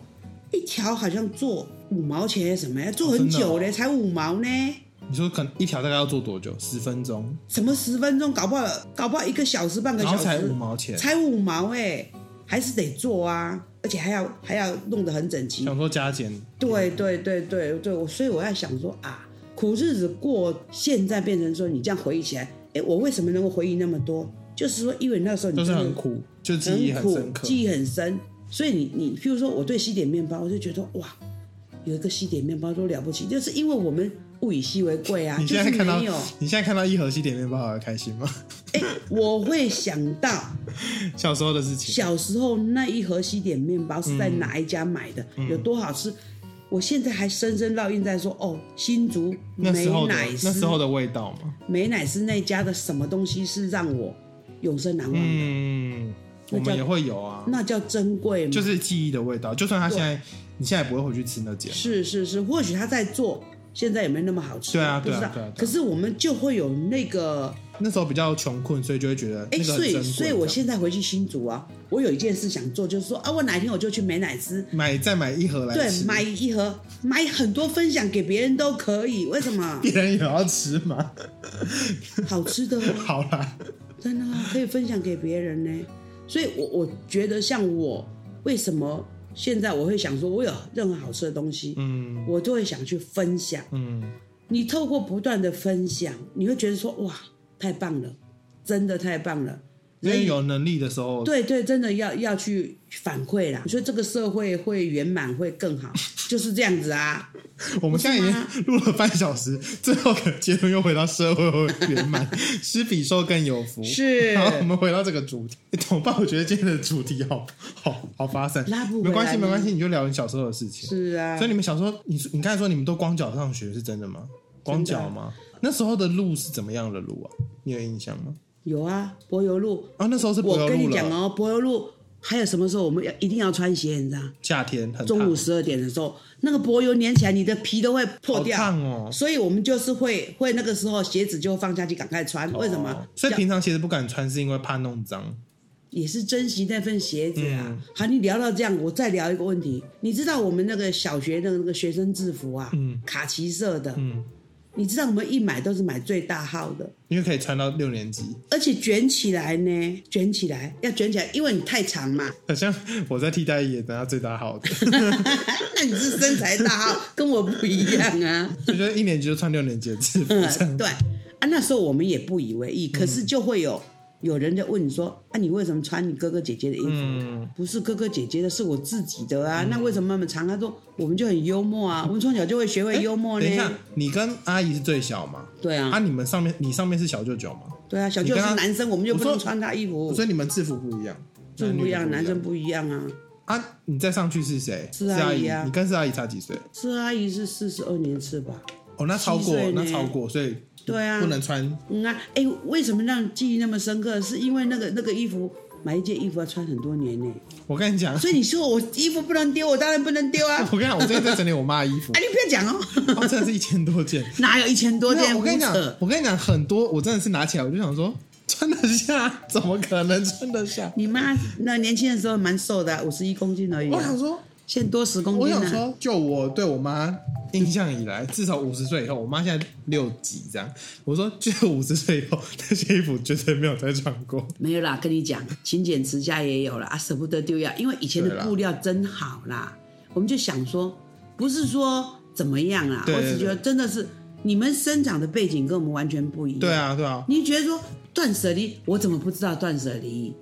S2: 一条好像做五毛钱什么，要做很久
S1: 哦
S2: 呢，才五毛呢，
S1: 你说可能一条大概要做多久？十分钟，
S2: 什么十分钟，搞不好搞不好一个小时半个
S1: 然
S2: 小
S1: 后
S2: 时，
S1: 才五毛钱。
S2: 才五毛哎、还是得做啊，而且还要还要弄得很整齐
S1: 想。说加减，
S2: 对对对对对，我所以我要想说啊，苦日子过，现在变成说你这样回忆起来，哎，我为什么能够回忆那么多？就是说，因为那时候你
S1: 都
S2: 真
S1: 是
S2: 的
S1: 很苦，就记忆很
S2: 苦
S1: 深，刻。
S2: 记忆很深。所以你你，譬如说我对西点面包，我就觉得哇，有一个西点面包多了不起，就是因为我们物以稀为贵啊，
S1: 你
S2: 就
S1: 现
S2: 是
S1: 在看到
S2: 没有。
S1: 你现在看到一盒西点面包，还会开心吗？
S2: 哎，我会想到
S1: 小时候的事情，
S2: 小时候那一盒西点面包是在哪一家买的，
S1: 嗯
S2: 有多好吃，我现在还深深烙印在说哦，新竹
S1: 那时
S2: 美
S1: 候的
S2: 乃
S1: 那时
S2: 斯，
S1: 候的味道嘛。
S2: 美乃斯那家的什么东西是让我永生难忘的，
S1: 嗯，我
S2: 那
S1: 们
S2: 叫
S1: 也会有啊，
S2: 那叫珍贵嘛。
S1: 就是是记忆的味道。就算他现在，你现在也不会回去吃那间，
S2: 是是或许他在做，现在也没那么好吃，
S1: 对啊
S2: 不知
S1: 对啊
S2: 道。
S1: 对啊对啊
S2: 可是我们就会有那个，
S1: 那时候比较穷困，所以就会觉得那
S2: 哎、
S1: 个很
S2: 所
S1: 珍
S2: 以
S1: 贵。啊
S2: 所以我现在回去新竹啊，我有一件事想做，就是说啊，我哪天我就去美乃斯，
S1: 买再买一盒来
S2: 对，
S1: 吃，
S2: 买一盒，买很多分享给别人都可以，为什 么？
S1: 别人也要吃嘛。
S2: 好吃的、哦，
S1: 好啦，
S2: 真的啊、可以分享给别人呢。所以我，我觉得像我，为什么现在我会想说，我有任何好吃的东西，
S1: 嗯
S2: 我就会想去分享。
S1: 嗯，
S2: 你透过不断的分享，你会觉得说，哇，太棒了，真的太棒了。
S1: 因为有能力的时候，
S2: 对对，真的要要去反馈啦。你说这个社会会圆满，会更好，就是这样子啊。
S1: 我们现在已经录了半小时，最后可结论又回到社会会圆满，施比受更有福。
S2: 是
S1: 好，我们回到这个主题。欸怎么办？我觉得今天的主题好好好发散，
S2: 拉不回来
S1: 没关系，
S2: 呢
S1: 没关系，你就聊你小时候的事情。
S2: 是啊
S1: 所以，你们小时候，你你刚才说你们都光脚上学是真的吗？光脚吗？那时候的路是怎么样的路啊？你有印象吗？
S2: 有啊，柏油路。
S1: 啊，那时候是柏
S2: 我
S1: 油
S2: 跟
S1: 路
S2: 你讲
S1: 了，
S2: 哦，柏油路还有什么时候我们要一定要穿鞋，你知道？
S1: 夏天很
S2: 中
S1: 烫
S2: 午十二点的时候，那个柏油粘起来，你的皮都会破
S1: 好
S2: 掉。
S1: 烫哦。
S2: 所以我们就是会会那个时候鞋子就放下去，赶快穿。为什么
S1: 哦？所以
S2: 这样
S1: 平常鞋子不敢穿，是因为怕弄脏。
S2: 也是珍惜那份鞋子啊。
S1: 嗯
S2: 好，你聊到这样，我再聊一个问题。你知道我们那个小学的那个学生制服啊，
S1: 嗯
S2: 卡其色的，
S1: 嗯，
S2: 你知道我们一买都是买最大号的，
S1: 因为可以穿到六年级。
S2: 而且卷起来呢，卷起来要卷起来，因为你太长嘛。
S1: 好像我在替代役也拿到最大号 的，
S2: 那你是身材大号，跟我不一样啊。
S1: 就觉得一年级就穿六年级的制服这样
S2: 嗯，。对啊，那时候我们也不以为
S1: 嗯
S2: 意，可是就会有、有人在问你说：“啊，你为什么穿你哥哥姐姐的衣服？
S1: 嗯，
S2: 不是哥哥姐姐的，是我自己的啊。那为什么那么长？”他说：“我们就很幽默啊，我们从小就会学会幽默
S1: 嗯哎等一下
S2: 呢。，
S1: 你跟阿姨是最小嘛？”
S2: 对啊，
S1: 啊，你们上面你上面是小舅舅嘛？
S2: 对啊，小
S1: 你
S2: 舅是
S1: 跟他
S2: 男生，我们就
S1: 我
S2: 不
S1: 说
S2: 能穿他衣服，
S1: 所以你们制服不一样，
S2: 就
S1: 男女
S2: 不
S1: 的
S2: 一样，男生不一样啊。
S1: 啊。你再上去是谁？
S2: 是
S1: 阿
S2: 阿姨啊
S1: 你跟是阿姨差几岁？
S2: 是阿姨是四十二年次吧？
S1: 哦，那超
S2: 七
S1: 过
S2: 岁呢
S1: 那超过，所以
S2: 对啊
S1: 不能穿。
S2: 嗯啊，哎、为什么让记忆那么深刻？是因为那个那个衣服，买一件衣服要穿很多年呢、
S1: 我跟你讲，
S2: 所以你说我衣服不能丢，我当然不能丢 啊！
S1: 我跟你讲，我最近在整理我妈的衣服
S2: 哎，，你不要讲哦，
S1: 哦真的是一千多件。
S2: 哪有一千多
S1: 没
S2: 件？
S1: 有我跟你讲
S2: 胡扯，
S1: 我跟你讲，很多我真的是拿起来我就想说，穿得下？怎么可能穿得 下？
S2: 你妈那年轻的时候蛮瘦的啊，五十一公斤而已啊、
S1: 我想说，
S2: 现在多十公
S1: 我
S2: 斤
S1: 想
S2: 呢、啊。
S1: 说，就我对我妈印象以来，至少五十岁以后，我妈现在六几这样。我说，就五十岁以后，那些衣服绝对没有再穿 过。
S2: 没有啦，跟你讲，勤俭持家也有了啊，舍不得丢掉，因为以前
S1: 对
S2: 的
S1: 啦
S2: 布料真好啦。我们就想说，不是说怎么样啦，
S1: 对对
S2: 我只觉得真的是你们生长的背景跟我们完全不一样。
S1: 对啊，对啊，
S2: 你觉得说断舍离，我怎么不知道断舍离？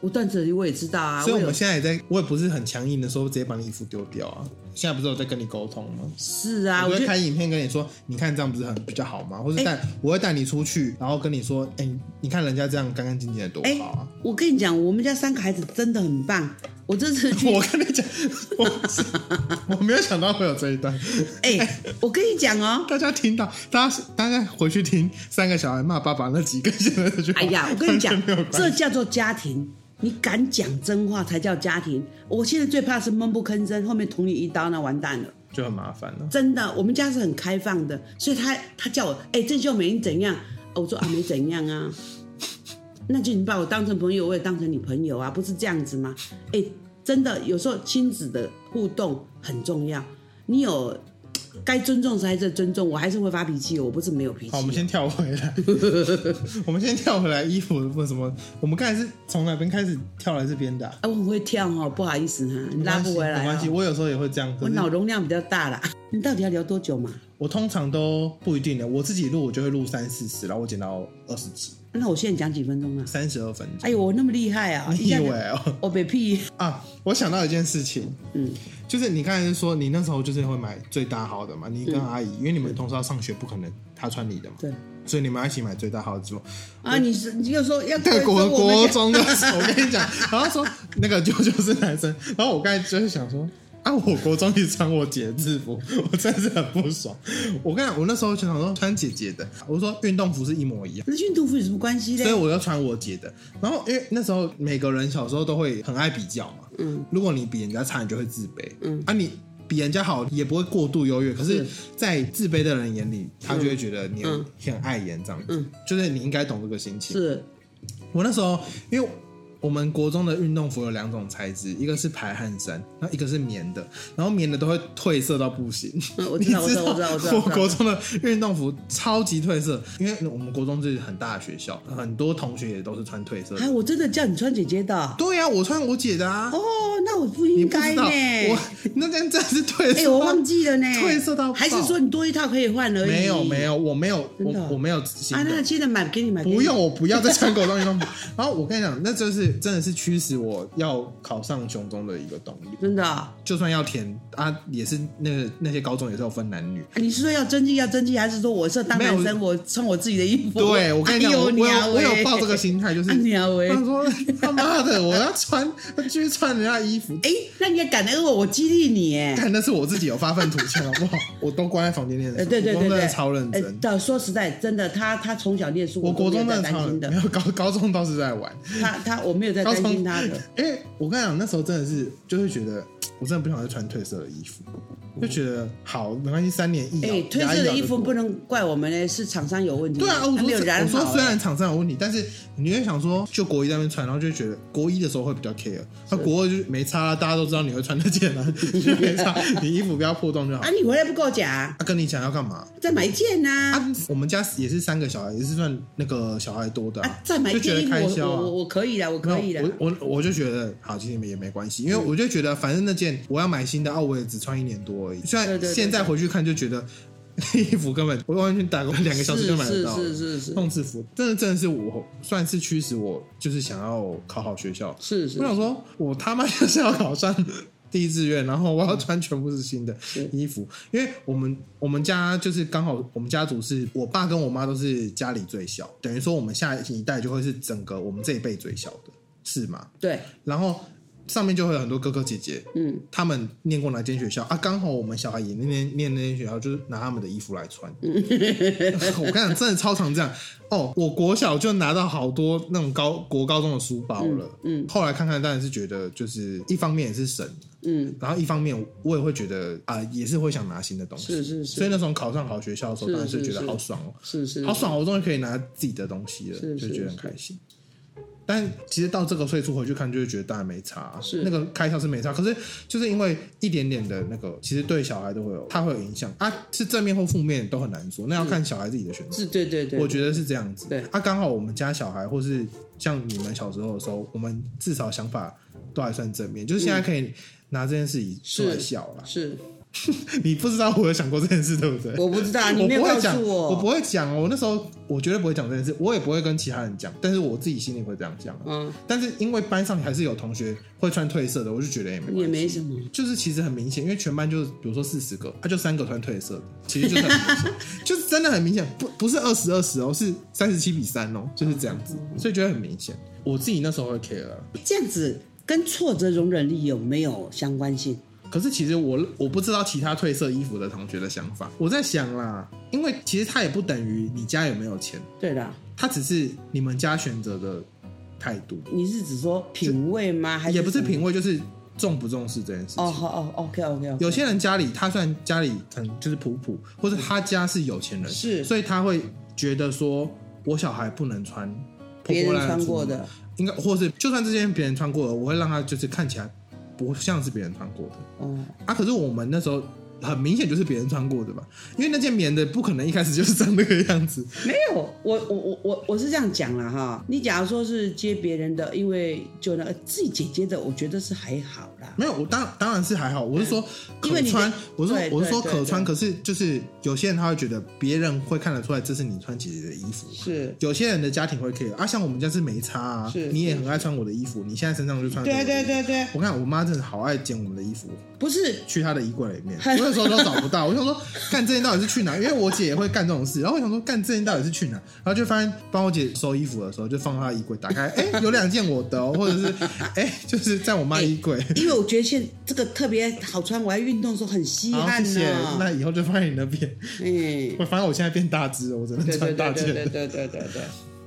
S2: 我断舍离我也知道啊，
S1: 所以我
S2: 有
S1: 们现在也在，我也不是很强硬的说直接把你衣服丢掉啊。现在不是有在跟你沟通吗？
S2: 是啊，
S1: 我
S2: 我
S1: 就
S2: 觉
S1: 会
S2: 得哎
S1: 看影片跟你说，你看这样不是很比较好吗？或者带、我会带你出去，然后跟你说，哎、你看人家这样干干净净的多
S2: 哎
S1: 好啊！
S2: 我跟你讲，我们家三个孩子真的很棒。我这次去，
S1: 我跟你讲，我 我没有想到会有这一段。
S2: 哎、我跟你讲哦，
S1: 大家听到，大家大家回去听三个小孩骂爸爸那几个现在就
S2: 哎呀，我跟你讲
S1: 完全没有，关
S2: 这
S1: 系。
S2: 叫做家庭。你敢讲真话才叫家庭。我现在最怕是闷不吭声，后面捅你一刀，那完蛋了。
S1: 就很麻烦了。
S2: 真的，我们家是很开放的，所以他他叫我，哎、郑秀美你怎样？哦我说啊，没怎样啊。那就你把我当成朋友，我也当成你朋友啊，不是这样子吗？哎、真的，有时候亲子的互动很重要。你有该尊重谁还是尊重，我还是会发脾气，我不是没有脾气。
S1: 好，我们先跳回来， 我们先跳回来衣服不什么，我们刚才是从哪边开始跳来这边的啊、
S2: 啊，我很会跳哦，不好意思哈、你拉不回来、
S1: 没关系，
S2: 哦。
S1: 我有时候也会这样。可
S2: 我
S1: 是
S2: 脑容量比较大啦。你到底要聊多久嘛？
S1: 我通常都不一定的，我自己录我就会录三四十，然后我剪到二十几，
S2: 那我现在讲几分钟啊？
S1: 三十二分钟。
S2: 哎呦，我那么厉害啊！
S1: 你
S2: 一
S1: 以
S2: 下就
S1: 为哦？
S2: 我被屁。
S1: 啊，我想到一件事情，
S2: 嗯，
S1: 就是你刚才是说你那时候就是会买最大号的嘛，你
S2: 嗯
S1: 跟阿姨，因为你们同时要上学，不可能她穿你的嘛，
S2: 对。
S1: 所以你们要一起买最大号的制服。
S2: 啊，你是你就说要
S1: 对，国
S2: 说我们
S1: 国
S2: 家
S1: 中的时候，我跟你讲，然后说那个舅舅是男生，然后我刚才就是想说。啊！我国中一直穿我姐的制服，我真的是很不爽。我跟你讲，我那时候就想说穿姐姐的，我说运动服是一模一样。
S2: 那运动服有什么关系
S1: 所以
S2: 嘞？
S1: 我就穿我姐的。然后因为那时候每个人小时候都会很爱比较嘛，
S2: 嗯，
S1: 如果你比人家差，你就会自卑，
S2: 嗯，
S1: 啊你。比人家好也不会过度优越，可是
S2: 是，
S1: 在自卑的人眼里，他就会觉得你很
S2: 嗯
S1: 很碍眼这样子，
S2: 嗯
S1: 就是你应该懂这个心情。
S2: 是
S1: 我那时候，因为我们国中的运动服有两种材质，一个是排汗衫，然后一个是棉的，然后棉的都会褪色到不行。
S2: 嗯我
S1: 你
S2: 知道我知道我知道我知道
S1: 我国中的运动服超级褪色，因为我们国中是很大的学校，很多同学也都是穿褪色
S2: 啊，
S1: 的。
S2: 我真的叫你穿姐姐的啊
S1: 对呀、我穿我姐的啊，
S2: 哦，那我不
S1: 你
S2: 应
S1: 不
S2: 该
S1: 知道，
S2: 呢
S1: 我。那件真的是褪色到，
S2: 哎，我忘记了呢，
S1: 褪色到爆
S2: 还是说你多一套可以换而已？
S1: 没有没
S2: 有
S1: 有，我没有
S2: 真的
S1: 我我没有新
S2: 啊，
S1: 的。
S2: 那现在买给你买，给你
S1: 不用，。我不要再穿国中运动服。 然后我跟你讲，那就是真的是驱使我要考上雄中的一个动力。
S2: 真的啊，
S1: 就算要填啊，也是那个那些高中也是有分男女。
S2: 啊你是说要增进要增进，还是说我是当
S1: 没有
S2: 男生，我穿我自己的衣服？
S1: 对，我跟你讲，
S2: 哎呦
S1: 我我有我有
S2: 娘
S1: 抱
S2: 喂啊
S1: 这个心态，就是
S2: 啊娘喂
S1: 他说他妈妈的，我要穿，继续穿人家衣服。
S2: 哎，那你也感恩我，我激励你哎。
S1: 但那是我自己有发愤图强，好不 好？我都关在房间念书，
S2: 呃，对对
S1: 我国
S2: 对
S1: 中真
S2: 对，
S1: 的超认
S2: 呃
S1: 真。
S2: 但说实在，真的，他他从小念书，
S1: 我国
S2: 都
S1: 中
S2: 没有
S1: 真
S2: 在
S1: 的
S2: 担
S1: 超
S2: 心
S1: 没
S2: 的。
S1: 有高高中倒是在玩，
S2: 他他我没有在
S1: 高
S2: 担
S1: 中
S2: 心他的。
S1: 因为我跟你讲，那时候真的是就会觉得，我真的不想再穿褪色的衣服，就觉得好没关系，三年一咬
S2: 哎，褪
S1: 牙一
S2: 色
S1: 咬
S2: 的
S1: 就
S2: 衣服
S1: 过
S2: 不能怪我们呢，是厂商有问题。
S1: 对啊，我
S2: 他没有
S1: 说
S2: 染
S1: 我
S2: 好。
S1: 说虽然厂商有问题，但是你会想说，就国一在那边穿，然后就会觉得国一的时候会比较 care，那国二就没差啊啦，大家都知道 你会穿得见啦，就没差，你衣服不要破洞就好。
S2: 啊，你回来不跟我讲啊，
S1: 啊，跟你讲要干嘛
S2: 再买一件呐。
S1: 啊？我们家也是三个小孩，也是算那个小孩多的、
S2: 啊，再买
S1: 就
S2: 一
S1: 觉
S2: 件
S1: 得
S2: 衣
S1: 开
S2: 服，
S1: 销
S2: 我我
S1: 啊。
S2: 我可以的，我可以的。嗯
S1: 我我我就觉得好，其实也没也没关系，因为我就觉得反正那件我要买新的，哦，我也只穿一年多而已。虽
S2: 对
S1: 然
S2: 对对
S1: 现在回去看就觉得 衣服根本我完全打工两个小时就买得
S2: 是
S1: 到了。
S2: 是是是
S1: 弄制服，真的真的是我算是驱使我，就是想要考好学校。
S2: 是是
S1: 我，想说，我他妈就是要考上 第一志愿，然后我要穿全部是新的衣服，因为我们我们家就是刚好我们家族是我爸跟我妈都是家里最小，等于说我们下一代就会是整个我们这一辈最小的，是吗？
S2: 对，
S1: 然后上面就会有很多哥哥姐姐，
S2: 嗯，
S1: 他们念过哪间学校啊？刚好我们小孩也念念那间学校，就是拿他们的衣服来 穿。我跟你讲，真的超常这样哦。我国小就拿到好多那种高国高中的书包了，
S2: 嗯嗯
S1: 后来看看，当然是觉得就是一方面也是省，
S2: 嗯，
S1: 然后一方面我也会觉得啊、也是会想拿新的东西。
S2: 是是
S1: 所以
S2: 是
S1: 那时候考上好学校的时候，
S2: 是
S1: 当然是
S2: 是
S1: 觉得
S2: 是
S1: 好爽哦、
S2: 是是，
S1: 好爽，我终于可以拿自己的东西了，
S2: 是是
S1: 就觉得很开心。但其实到这个岁数回去看，就会觉得当然没差、啊
S2: 是
S1: 那个开销是没差。可是就是因为一点点的那个，其实对小孩都会有，他会有影响啊，是正面或负面都很难说，那要看小孩自己的选择。
S2: 是，对对对，
S1: 我觉得是这样子。
S2: 对
S1: 啊，刚好我们家小孩或是像你们小时候的时候，我们至少想法都还算正面，就是现在可以拿这件事情出来
S2: 嗯是
S1: 笑了。
S2: 是，
S1: 你不知道我有想过这件事，对不对？
S2: 我不知道，啊你
S1: 我
S2: 没有
S1: 不
S2: 告
S1: 会
S2: 诉
S1: 讲，我不
S2: 我，
S1: 会讲。啊我那时候我绝对不会讲这件事，我也不会跟其他人讲，但是我自己心里会这样想。啊
S2: 嗯，
S1: 但是因为班上还是有同学会穿褪色的，我就觉得也没关系
S2: 也没什么，
S1: 就是其实很明显，因为全班就比如说四十个，啊他、就三个穿褪色的，其实就是很明 显，就是真的很明显，不不是二十二十哦，是三十七比三哦，就是这样子，
S2: 嗯
S1: 所以觉得很明显。我自己那时候会 care，啊
S2: 这样子跟挫折容忍力有没有相关性？
S1: 可是其实我我不知道其他褪色衣服的同学的想法，我在想啦，因为其实它也不等于你家有没有钱，
S2: 对啦，
S1: 它只是你们家选择的态度，
S2: 你是指说品味吗？还
S1: 也不是
S2: 什么
S1: 品味，就是重不重视这件事情。
S2: 哦，好哦，OK OK OK，
S1: 有些人家里他虽然家里可能就是普普，或者他家是有钱人，
S2: 是
S1: 所以他会觉得说，我小孩不能穿破
S2: 别
S1: 破
S2: 人
S1: 烂烂
S2: 穿
S1: 出
S2: 过
S1: 门，
S2: 的，
S1: 应该或是就算这件别人穿过的，我会让他就是看起来不像是别人穿过的。
S2: 哦，
S1: 啊，可是我们那时候很明显就是别人穿过的嘛，因为那件棉的不可能一开始就是长那个样子。
S2: 没有，我我我我我是这样讲了哈。你假如说是接别人的，因为就那个呃自己姐姐的，我觉得是还好啦。
S1: 没有，我当当然是还好，我是说
S2: 因为
S1: 可
S2: 你
S1: 穿
S2: 的，
S1: 我是
S2: 对
S1: 我是说
S2: 对
S1: 可穿，
S2: 对
S1: 可是就是有些人他会觉得别人会看得出来这是你穿姐姐的衣服。
S2: 是，
S1: 有些人的家庭会 care 啊，像我们家是没差啊，
S2: 是
S1: 你也很爱穿我的衣服，你现在身上就穿。
S2: 对对。对对，
S1: 我看我妈真的好爱捡我们的衣服，
S2: 不是
S1: 去她的衣柜里 面，我有时候都找不到。我想说，干这件到底是去哪？因为我姐也会干这种事，然后我想说，干这件到底是去哪？然后就发现帮我姐收衣服的时候，就放到她的衣柜，打开，哎、有两件我的、哦，或者是哎、就是在我妈衣柜。
S2: 因为我觉得现这个特别好穿，我还运动的时候很稀
S1: 好，
S2: 罕
S1: 谢谢。那
S2: 呢。
S1: 以后就放在你那边。
S2: 嗯，
S1: 我反正我现在变大只了，我只能
S2: 对对
S1: 穿大
S2: 对
S1: 件
S2: 对
S1: 的
S2: 对。对对对对，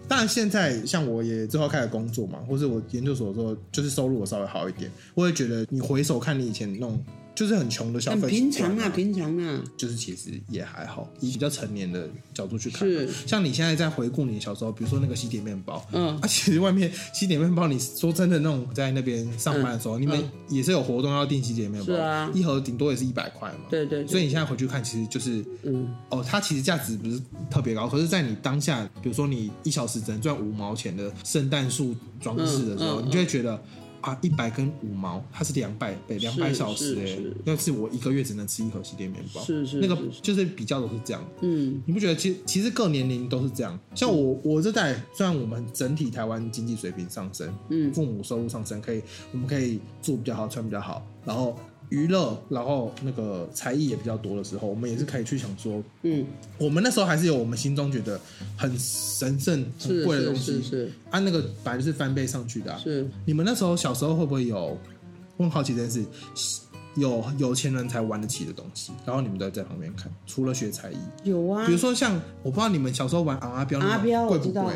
S1: 当然，现在像我也之后开始工作嘛，或者我研究所的时候，就是收入我稍微好一点，我也觉得你回首看你以前那种就是很穷的消
S2: 但
S1: 费，
S2: 平常啊，，平常啊，
S1: 就是其实也还好，以比较成年的角度去看嘛
S2: 是，
S1: 像你现在在回顾你小时候，比如说那个西点面包。
S2: 嗯，
S1: 啊，其实外面西点面包，你说真的那种在那边上班的时候，你们也是有活动要订西点面包，
S2: 嗯是啊
S1: 一盒顶多也是一百块嘛。
S2: 对对，对
S1: 啊所以你现在回去看，其实就是
S2: 嗯，
S1: 哦，它其实价值不是特别高，可是，在你当下，比如说你一小时只能赚五毛钱的圣诞树装饰的时候，
S2: 嗯嗯
S1: 你就会觉得啊，一百跟五毛，它是两百倍，两百小时哎、
S2: 是是
S1: 那是我一个月只能吃一盒西点面包，
S2: 是是
S1: 那个
S2: 是是
S1: 就是比较都是这样。
S2: 嗯，
S1: 你不觉得其实其实各年龄都是这样？像我我这代，虽然我们整体台湾经济水平上升，
S2: 嗯
S1: 父母收入上升，可以我们可以住比较好，穿比较好，然后娱乐，然后那个才艺也比较多的时候，我们也是可以去想说，
S2: 嗯，
S1: 我们那时候还是有我们心中觉得很神圣、很
S2: 是
S1: 贵的东
S2: 是
S1: 西
S2: 是，是
S1: 按、那个本来就是翻倍上去的、啊。
S2: 是，
S1: 你们那时候小时候会不会有？我很好奇这件事，有有钱人才玩得起的东西，然后你们都在旁边看，除了学才艺，
S2: 有啊
S1: 比如，说像我不知道你们小时候玩昂阿标，
S2: 昂啊标
S1: 你们贵
S2: 我知
S1: 不
S2: 道
S1: 贵？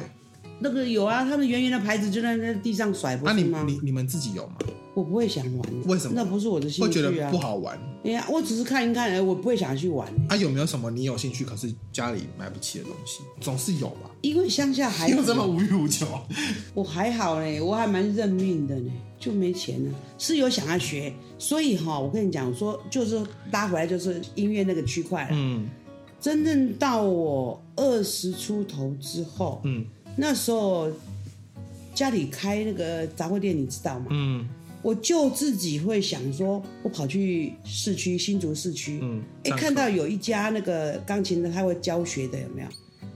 S2: 那个有啊，他们圆圆的牌子就在那地上甩，不
S1: 那、
S2: 是
S1: 啊你
S2: 吗？
S1: 你你们自己有吗？
S2: 我不会想玩，
S1: 为什么
S2: 那不是我的兴
S1: 会觉
S2: 趣
S1: 得
S2: 啊。
S1: 不好玩？
S2: 哎呀，我只是看一看，哎，我不会想去玩，
S1: 啊，有没有什么你有兴趣可是家里买不起的东西？总是有吧？
S2: 因为乡下孩
S1: 有
S2: 子
S1: 这么无欲无求？
S2: 我还好嘞，我还蛮认命的呢，就没钱了，是有想要学，所以哈、我跟你讲，我说就是拉回来就是音乐那个区块了。
S1: 嗯
S2: 真正到我二十出头之后，
S1: 嗯
S2: 那时候家里开那个杂货店，你知道吗？
S1: 嗯
S2: 我就自己会想说，我跑去市区新竹市区，
S1: 嗯，
S2: 哎、看到有一家那个钢琴的，他会教学的，有没有？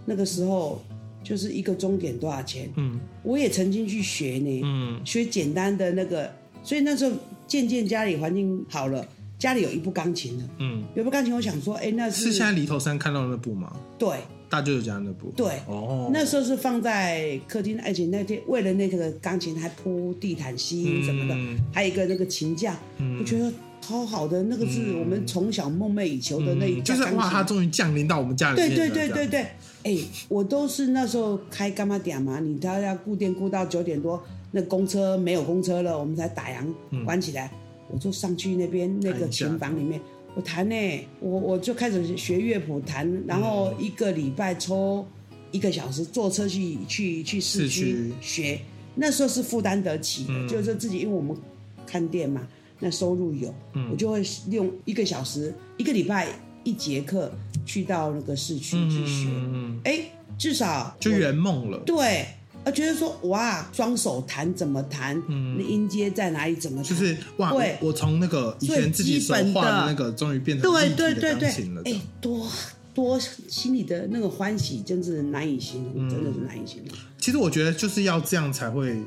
S2: 那个时候就是一个钟点多少钱？
S1: 嗯
S2: 我也曾经去学呢，
S1: 嗯
S2: 学简单的那个，所以那时候渐渐家里环境好了，家里有一部钢琴了，
S1: 嗯，
S2: 有一部钢琴，我想说，哎、那
S1: 是
S2: 是
S1: 现在犁头山看到的那部吗？
S2: 对
S1: 大舅舅家的那部？
S2: 对
S1: 哦，
S2: 那时候是放在客厅，而且那天为了那个钢琴还铺地毯、吸音什么的，
S1: 嗯
S2: 还有一个那个琴架，我觉得超好的，那个是我们从小梦寐以求的那一
S1: 嗯就
S2: 架
S1: 是
S2: 钢琴。
S1: 哇，他终于降临到我们家里面
S2: 对
S1: 了。
S2: 对对
S1: 这
S2: 对
S1: 样，
S2: 对，哎、我都是那时候开干嘛点嘛，你他要顾店顾到九点多，那公车没有公车了，我们才打烊关起来，我就上去那边那个
S1: 弹一下
S2: 琴房里面，我弹呢、我我就开始学乐谱弹，然后一个礼拜抽一个小时，坐车去去去市
S1: 市区
S2: 区学，那时候是负担得起
S1: 嗯
S2: 的，就是自己，因为我们看店嘛，那收入有，
S1: 嗯
S2: 我就会利用一个小时，一个礼拜一节课去到那个市区去学，
S1: 嗯，
S2: 哎、至少
S1: 就
S2: 我
S1: 圆梦了。
S2: 对，啊，觉得说哇，双手弹怎么弹，嗯，音阶在哪里怎么弹，
S1: 就是哇，我
S2: 对
S1: 我从那个以前自己手画的那个，终于变成立
S2: 对
S1: 体
S2: 对
S1: 的
S2: 对对
S1: 钢琴了，。这
S2: 哎、
S1: 样
S2: 多多心里的那个欢喜，真是难以形容，真的
S1: 嗯
S2: 是难以形容。
S1: 其实我觉得就是要这样才会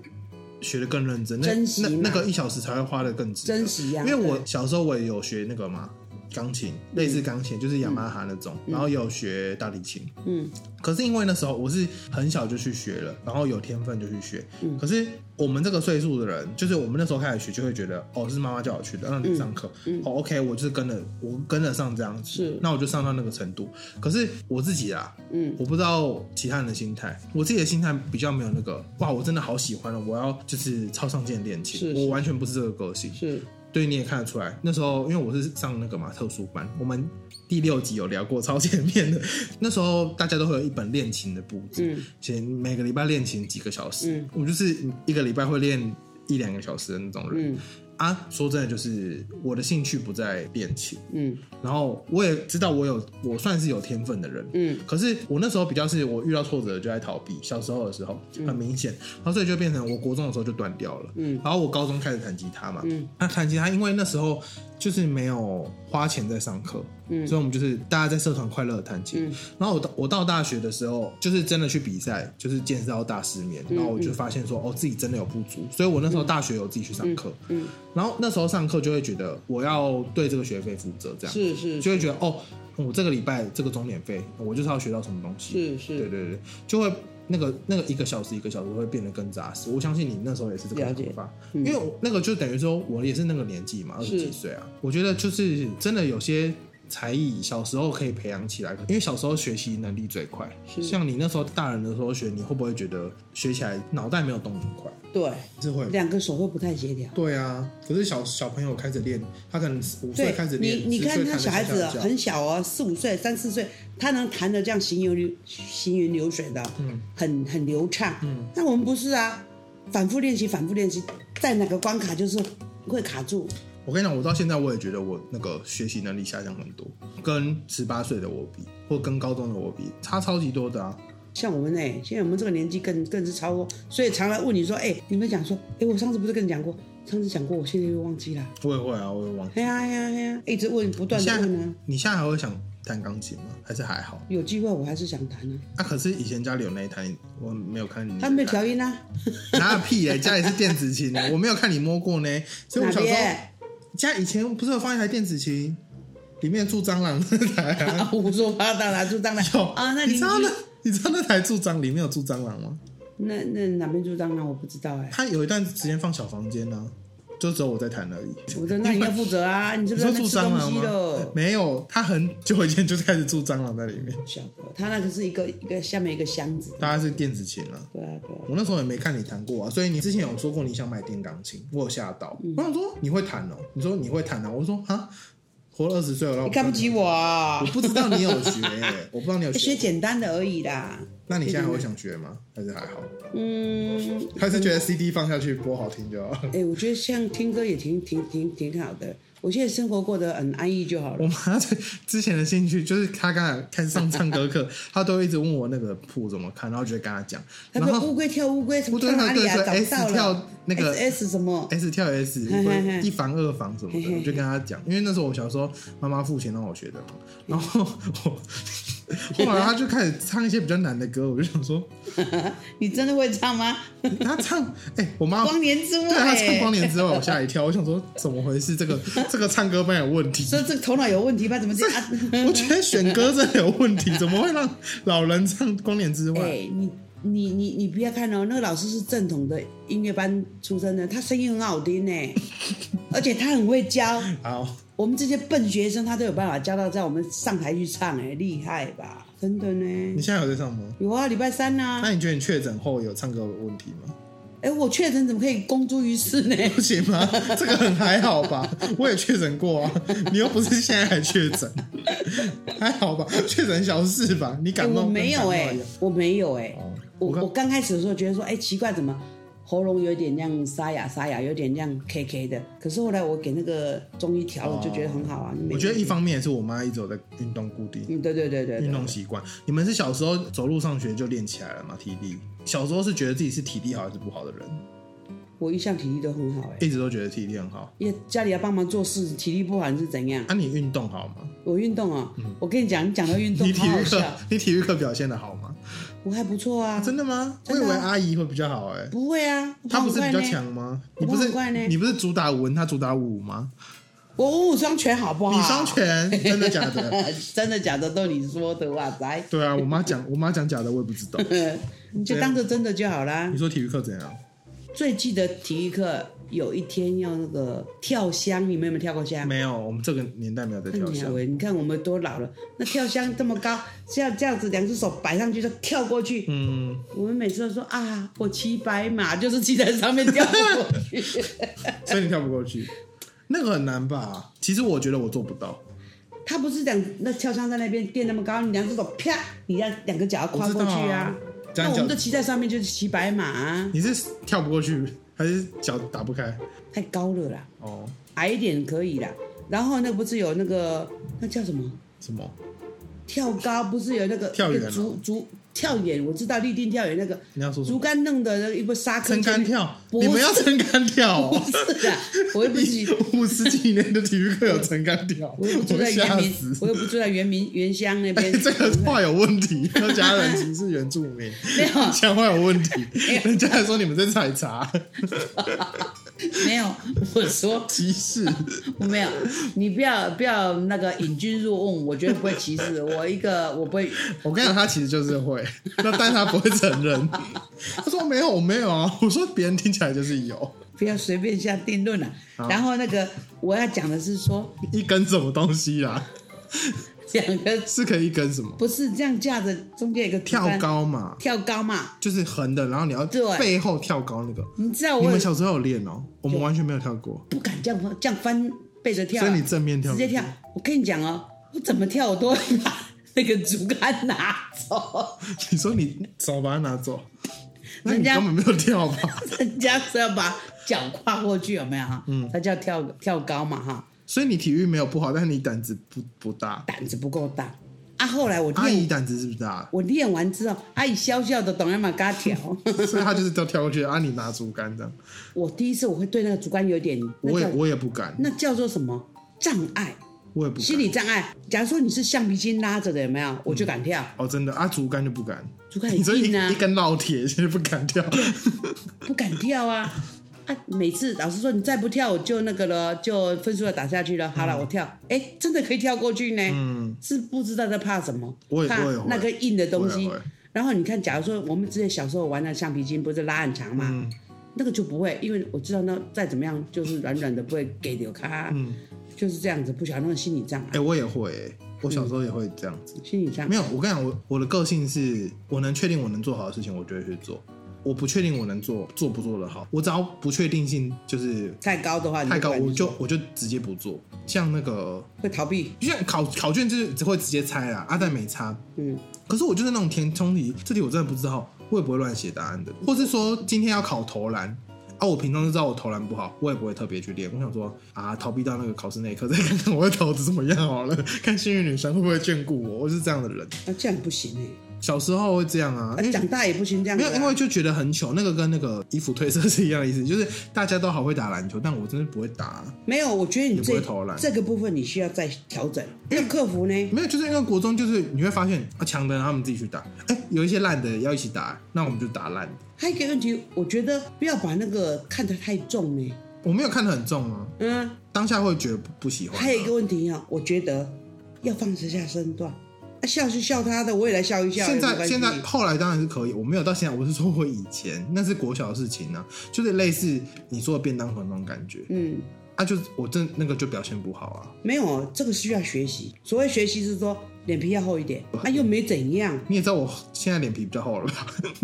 S1: 学的更认真，那
S2: 珍惜
S1: 那
S2: 嘛
S1: 那个一小时才会花的更值得。
S2: 珍惜呀啊
S1: 因为我
S2: 对
S1: 小时候我也有学那个嘛钢琴，类似钢琴就是雅马哈那种，然后也有学大提琴。
S2: 嗯，
S1: 可是因为那时候我是很小就去学了，然后有天分就去学。
S2: 嗯
S1: 可是我们这个岁数的人，就是我们那时候开始学，就会觉得哦，是妈妈叫我去的，让你上课。哦，OK，我就是跟了，我跟得上这样子，
S2: 嗯是
S1: 那我就上到那个程度。可是我自己啊，
S2: 嗯，
S1: 我不知道其他人的心态，我自己的心态比较没有那个哇，我真的好喜欢了，我要就是超上进的练琴，
S2: 是是
S1: 我完全不是这个个性。
S2: 是
S1: 对，你也看得出来，那时候因为我是上那个嘛特殊班，我们第六集有聊过超前面的，那时候大家都会有一本练琴的簿子，
S2: 嗯
S1: 写每个礼拜练琴几个小时，
S2: 嗯
S1: 我就是一个礼拜会练一两个小时的那种人。
S2: 嗯
S1: 啊，说真的，就是我的兴趣不在练琴，
S2: 嗯
S1: 然后我也知道我有我算是有天分的人，
S2: 嗯，
S1: 可是我那时候比较是我遇到挫折就在逃避，小时候的时候很明显，然后所以就变成我国中的时候就断掉了，
S2: 嗯，
S1: 然后我高中开始弹吉他嘛，
S2: 嗯，
S1: 那弹吉他因为那时候就是没有花钱在上课，
S2: 嗯
S1: 所以我们就是大家在社团快乐的弹琴，
S2: 嗯
S1: 然后我到我到大学的时候就是真的去比赛，就是见识到大失眠，
S2: 嗯
S1: 然后我就发现说、哦自己真的有不足，所以我那时候大学有自己去上课，
S2: 嗯嗯
S1: 然后那时候上课就会觉得我要对这个学费负责这样，
S2: 是是
S1: 就会觉得哦，我这个礼拜这个钟点费，我就是要学到什么东西。
S2: 是
S1: 对
S2: 是，
S1: 对对，就会那个那个一个小时一个小时会变得更扎实。我相信你那时候也是这个
S2: 了解嗯
S1: 想法，因为我那个就等于说我也是那个年纪嘛，二十
S2: 是
S1: 几岁啊。我觉得就是真的有些。才艺小时候可以培养起来，因为小时候学习能力最快。
S2: 是
S1: 像你那时候大人的时候学，你会不会觉得学起来脑袋没有动很快？
S2: 对，
S1: 是会。
S2: 两个手会不太协调。
S1: 对啊，可是小小朋友开始练，他可能五岁
S2: 对
S1: 开始练
S2: 你，，
S1: 10
S2: 你
S1: 岁
S2: 看他
S1: 弹得
S2: 小孩子
S1: 下下
S2: 很小哦，四五岁、三四岁，他能弹的这样行云流行云流水的，嗯，很很流畅。嗯，那我们不是啊，反复练习，反复练习，在哪个关卡就是会卡住。
S1: 我跟你讲，我到现在我也觉得我那个学习能力下降很多，跟十八岁的我比，或跟高中的我比，差超级多的啊。
S2: 像我们呢、现在我们这个年纪更更是超过，所以常来问你说，哎、你们讲说，哎、我上次不是跟你讲过，上次讲过，我现在又忘记了。
S1: 我也会啊，我也忘记。
S2: 哎呀哎呀哎呀，一直问，不断的
S1: 现
S2: 问
S1: 在
S2: 啊。
S1: 你现在还会想弹钢琴吗？还是还好？
S2: 有机会我还是想弹啊，
S1: 啊，可是以前家里有那一台，我没有看你。
S2: 他没有调音啊，
S1: 拿屁嘞、家里是电子琴的，我没有看你摸过呢。所以我
S2: 哪
S1: 小时候
S2: 边？
S1: 家以前不是有放一台电子琴，里面住蟑螂那台啊、
S2: 啊胡说八道啦，住蟑螂
S1: 有
S2: 啊，那
S1: 你知
S2: 邻居
S1: 道那你知道那台住蟑里面有住蟑螂吗？
S2: 那那哪边住蟑螂我不知道哎、
S1: 他有一段时间放小房间呢、就只有我在弹而已。
S2: 我说那你要负责啊，你是
S1: 你
S2: 不是
S1: 说住蟑
S2: 在那边吃东
S1: 螂
S2: 西
S1: 吗
S2: 了？？
S1: 没有，他很 久以前就开始住蟑螂在里面。
S2: 小哥，他那个是一个一个下面一个箱子。
S1: 大家是电子琴啊，
S2: 对啊，对啊，
S1: 我那时候也没看你弹过啊，所以你之前有说过你想买电钢琴，我有吓到。
S2: 嗯
S1: 我想说你会弹哦、你说你会弹啊，我说啊，活了二十岁了，
S2: 你看不起我啊
S1: 我？不知道你有学、欸我不知道你有
S2: 学
S1: 学。
S2: 简单的而已啦。
S1: 那你现在还会想学吗？还是还好？
S2: 嗯，
S1: 还是觉得 CD 放下去播好听就好了？
S2: 哎、我觉得像听歌也挺挺挺挺好的。我现在生活过得很安逸就好了
S1: 我。妈 在之前的兴趣就是她刚才开始上唱歌课，她都一直问我那个谱怎么看，然后就跟她讲，
S2: 他
S1: 然
S2: 说
S1: 后
S2: 乌龟跳乌龟，什么
S1: 乌龟
S2: 跳哪里啊？
S1: 跳对对
S2: 找不到
S1: S 跳
S2: 了。
S1: 那个
S2: S S 什么？
S1: S 跳 S
S2: 嘿嘿嘿
S1: 一房二房什么
S2: 嘿嘿
S1: 的，
S2: 嘿
S1: 我就跟她讲，因为那时候我小时候妈妈付钱让我学的嘛，然后我。后来她就开始唱一些比较难的歌，我就想说，
S2: 你真的会唱吗？
S1: 她唱，哎、我妈
S2: 光年之外、
S1: 对她唱《光年之外》，我吓一跳，我想说怎么回事？这个这个唱歌班有问题，
S2: 说这个头脑有问题吧？怎么这样？啊
S1: 我觉得选歌真的有问题，怎么会让老人唱《光年之外
S2: 哎、》你你你你不要看哦，那个老师是正统的音乐班出身的，他声音很好听 呢，而且他很会教。
S1: 好，
S2: 我们这些笨学生，他都有办法教到在我们上台去唱，哎，厉害吧？真的
S1: 你哎
S2: 呢。
S1: 现在有在上吗？
S2: 有啊，礼拜三呐、
S1: 那你觉得你确诊后有唱歌有问题吗？
S2: 哎、我确诊怎么可以公诸于世呢？
S1: 不行 吗？这个很还好吧？我也确诊过啊，你又不是现在还确诊，还好吧？确诊小事吧？你
S2: 哎
S1: 感冒
S2: 我没有哎、
S1: 哎、
S2: 我没有哎、
S1: 哦
S2: 我
S1: 我看
S2: 我刚开始的时候觉得说，哎、奇怪，怎么喉咙有点这样沙哑沙哑，有点这样 K K 的。可是后来我给那个中医调了，
S1: 哦
S2: 就觉得很好啊。没问题
S1: 我觉得一，方面也是我妈一直有在运动固定。
S2: 嗯，对对对对对
S1: 运动习惯，你们是小时候走路上学就练起来了吗？体力，小时候是觉得自己是体力好还是不好的人，
S2: 我一向体力都很好哎、
S1: 一直都觉得体力很好。
S2: 因为家里要帮忙做事，体力不好你是怎样？
S1: 啊，你运动好吗？
S2: 我运动啊，我跟你讲，你讲到运
S1: 嗯
S2: 动
S1: 你体
S2: 好好
S1: 育
S2: 笑
S1: 课，，你体育课表现的好吗？
S2: 我还不错啊，
S1: 真的吗？我
S2: 真
S1: 以
S2: 的啊
S1: 为阿姨会比较好哎、欸，
S2: 不会啊，
S1: 她不
S2: 我
S1: 是
S2: 很
S1: 比
S2: 快
S1: 较
S2: 呢
S1: 强。吗？
S2: 我
S1: 你不
S2: 很快呢
S1: 是你不是主打文，她主打武吗？
S2: 我我五双全好不好？
S1: 你双，拳，真的假的？
S2: 真的假的都你说的，哇塞！嗯
S1: 对啊，我妈讲，我妈讲假的，我也不知 道。
S2: 你就
S1: 啊
S2: 当做真的就好啦
S1: 你。说体育课怎样？
S2: 最记得体育课有一天要那个跳箱，你们有没有跳过箱？
S1: 没有，我们这个年代没有在跳
S2: 哎呀
S1: 绳。
S2: 喂，你看我们多老了，那跳箱这么高，这样这样子，两只手摆上去就跳过去。
S1: 嗯，
S2: 我们每次都说啊，我骑白马，就是骑在上面跳过 去。
S1: 所以你跳不过去，那个很难吧？其实我觉得我做不到，
S2: 他不是两那跳箱在那边垫那么高，你两只手啪，你让两个脚要跨过去啊
S1: 我。知道啊
S2: 那我
S1: 这样
S2: 们
S1: 脚
S2: 就骑在上面，就是骑白马、啊，
S1: 你是跳不过去还是脚打不开？
S2: 太高了啦，
S1: 哦，
S2: 矮一点可以啦。然后那不是有那个那叫什么？
S1: 什么？
S2: 跳高不是有那个
S1: 跳远啊
S2: 竹竹跳远，我知道立定跳远那个
S1: 你要说什
S2: 竹
S1: 么？
S2: 竿弄的那个一个沙
S1: 撑
S2: 坑前
S1: 杆
S2: 面，
S1: 跳？
S2: 不是啊
S1: 你们要撑杆跳、哦？
S2: 不 是啊，我又不是，
S1: 五十几年的体育课有撑杆跳，
S2: 我又不住
S1: 会
S2: 在原
S1: 吓
S2: 民
S1: 死，。
S2: 我又不住在原民原乡那
S1: 哎，
S2: 边，
S1: 这个话有问题，客家人歧视原住民，
S2: 没有
S1: 讲话有问题，人家还说你们在采茶，
S2: 没有，我说
S1: 歧视。
S2: 我没有，你不要不要那个引君入瓮，我绝对不会歧视，我一个我不会，
S1: 我跟你讲，他其实就是会，那但他不会承认。他说没有，我没有啊。我说别人听起来就是有
S2: 不要随便下定论了、啊。然后那个我要讲的是说，
S1: 一根什么东西啦，
S2: 两个
S1: 是可以一根什么
S2: 不是这样架着，中间有一个竹
S1: 跳
S2: 竿
S1: 高嘛，
S2: 跳高嘛，
S1: 就是横的，然后你要
S2: 对
S1: 背后跳高那个。
S2: 你知道
S1: 你
S2: 我有
S1: 们小时候有练哦，我们完全没有跳过，
S2: 不敢这样翻这样翻背着跳啊、
S1: 所以你正面跳
S2: 直接跳。我跟你讲哦，我怎么跳我都会把那个竹竿拿走，
S1: 你说你手把它拿走，那
S2: 人
S1: 你
S2: 家
S1: 根本没有跳吧？
S2: 人家是要把脚跨过去，有没有哈？嗯，他叫跳跳高嘛哈，
S1: 所以你体育没有不好，但是你胆子不不大。
S2: 胆子不够大。啊，后来我
S1: 阿姨
S2: 练？
S1: 胆子是不是大
S2: 我练完之后，阿姨笑笑的，懂了嘛？嘎跳。
S1: 所以她就是跳跳过去，阿、啊、你拿竹竿这样。
S2: 我第一次我会对那个竹竿有点，那
S1: 我也
S2: 叫
S1: 我也不敢，
S2: 那叫做什么障碍？
S1: 我也不
S2: 心
S1: 敢。
S2: 理障碍。假如说你是橡皮筋拉着的，有没有？我就敢跳，
S1: 哦，真的啊，竹竿就不敢。
S2: 竹竿
S1: 你
S2: 很
S1: 说一
S2: 硬啊
S1: 一，根烙铁，现在不敢跳。
S2: 不敢跳啊。 啊，每次老师说你再不跳我就那个了，就分数要打下去了。好了，我跳，哎、真的可以跳过去呢。
S1: 嗯，
S2: 是不知道在怕什么，
S1: 我也
S2: 怕
S1: 我也会
S2: 那个硬的东西
S1: 会会。
S2: 然后你看，假如说我们之前小时候玩的橡皮筋，不是拉很长嘛，
S1: 嗯
S2: 那个就不会，因为我知道那再怎么样就是软软的，不会给流咔，
S1: 嗯，
S2: 就是这样子，不晓得那个心理障碍
S1: 哎、，我也会、欸，我小时候也会这样子。
S2: 心理障
S1: 没
S2: 碍。
S1: 有，我跟你讲，我我的个性是，我能确定我能做好的事情，我就会去做。我不确定我能做做不做得好，我只要不确定性就是
S2: 太高的话，你
S1: 太高，
S2: 不敢
S1: 我就
S2: 做
S1: 我就直接不做。像那个，
S2: 会逃避。
S1: 就像考考卷就是只会直接猜啦，阿、啊、但没差。
S2: 嗯，
S1: 可是我就是那种填充题，这题我真的不知道，我也不会乱写答案的。或是说今天要考投篮，啊，我平常就知道我投篮不好，我也不会特别去练。我想说啊，逃避到那个 考试那一刻，再看看我的投子怎么样好了，看幸运女神会不会眷顾我。我是这样的人。
S2: 那、这样不行哎、
S1: 小时候会这样 啊，
S2: 啊
S1: 因为
S2: 长大也不行这样、
S1: 没
S2: 子
S1: 有，
S2: 啊
S1: 因为就觉得很糗。那个跟那个衣服褪色是一样的意思，就是大家都好会打篮球，但我真的不会打、啊
S2: 没有，我觉得你
S1: 你不
S2: 这
S1: 会投篮
S2: 这个部分你需要再调整。要克服呢？
S1: 没有，就是因为国中就是你会发现啊，强的人他们自己去打，哎，有一些烂的要一起打，那我们就打烂的。
S2: 还有一个问题，我觉得不要把那个看得太重呢。
S1: 我没有看得很重啊，
S2: 嗯，
S1: 当下会觉得不不喜欢啊、
S2: 还有一个问题啊，我觉得要放得下身段，啊、笑是笑他的，我也来笑一笑。
S1: 现
S2: 有没
S1: 在
S2: 有
S1: 现
S2: 关
S1: 在
S2: 系
S1: 后来当然是可以，我没有到现在，我是说我以前那是国小的事情啊，就是类似你说的便当盒那种感觉，
S2: 嗯，
S1: 啊，就是我真那个就表现不好啊。
S2: 没有，这个需要学习。所谓学习是说脸皮要厚一点，啊，又没怎样。
S1: 你也知道我现在脸皮比较厚了吧？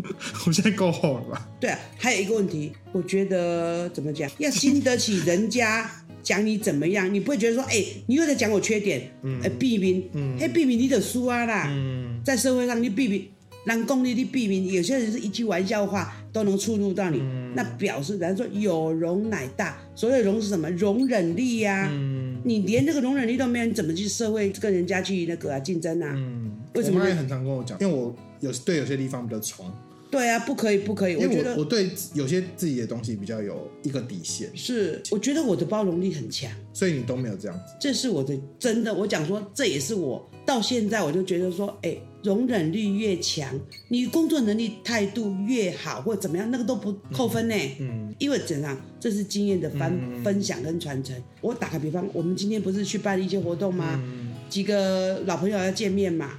S1: 我现在够厚了吧？
S2: 对啊，还有一个问题，我觉得怎么讲，要经得起人家讲你怎么样，你不会觉得说，哎、你又在讲我缺点，嗯，避免，嗯，哎，避免你的输啊啦，嗯，在社会上你避免，人功力你避免，有些人是一句玩笑话都能触怒到你，
S1: 嗯
S2: 那表示人家说有容乃大，所谓的容是什么？容忍力呀、
S1: 嗯
S2: 你连这个容忍力都没有，你怎么去社会跟人家去那个啊竞争啊？
S1: 嗯，
S2: 为什么
S1: 我妈也很常跟我讲，因为我有对有些地方比较冲，
S2: 对啊，不可以，不可以，
S1: 因
S2: 我觉
S1: 为我
S2: 得
S1: 我对有些自己的东西比较有一个底线，
S2: 是，我觉得我的包容力很强。
S1: 所以你都没有这样子。
S2: 这是我的真的，我讲说这也是我到现在我就觉得说，哎，容忍力越强，你工作能力态度越好，或怎么样，那个都不扣分呢。
S1: 嗯，
S2: 因为怎样，这是经验的分、分享跟传承。我打个比方，我们今天不是去办一些活动吗？
S1: 嗯
S2: 几个老朋友要见面嘛，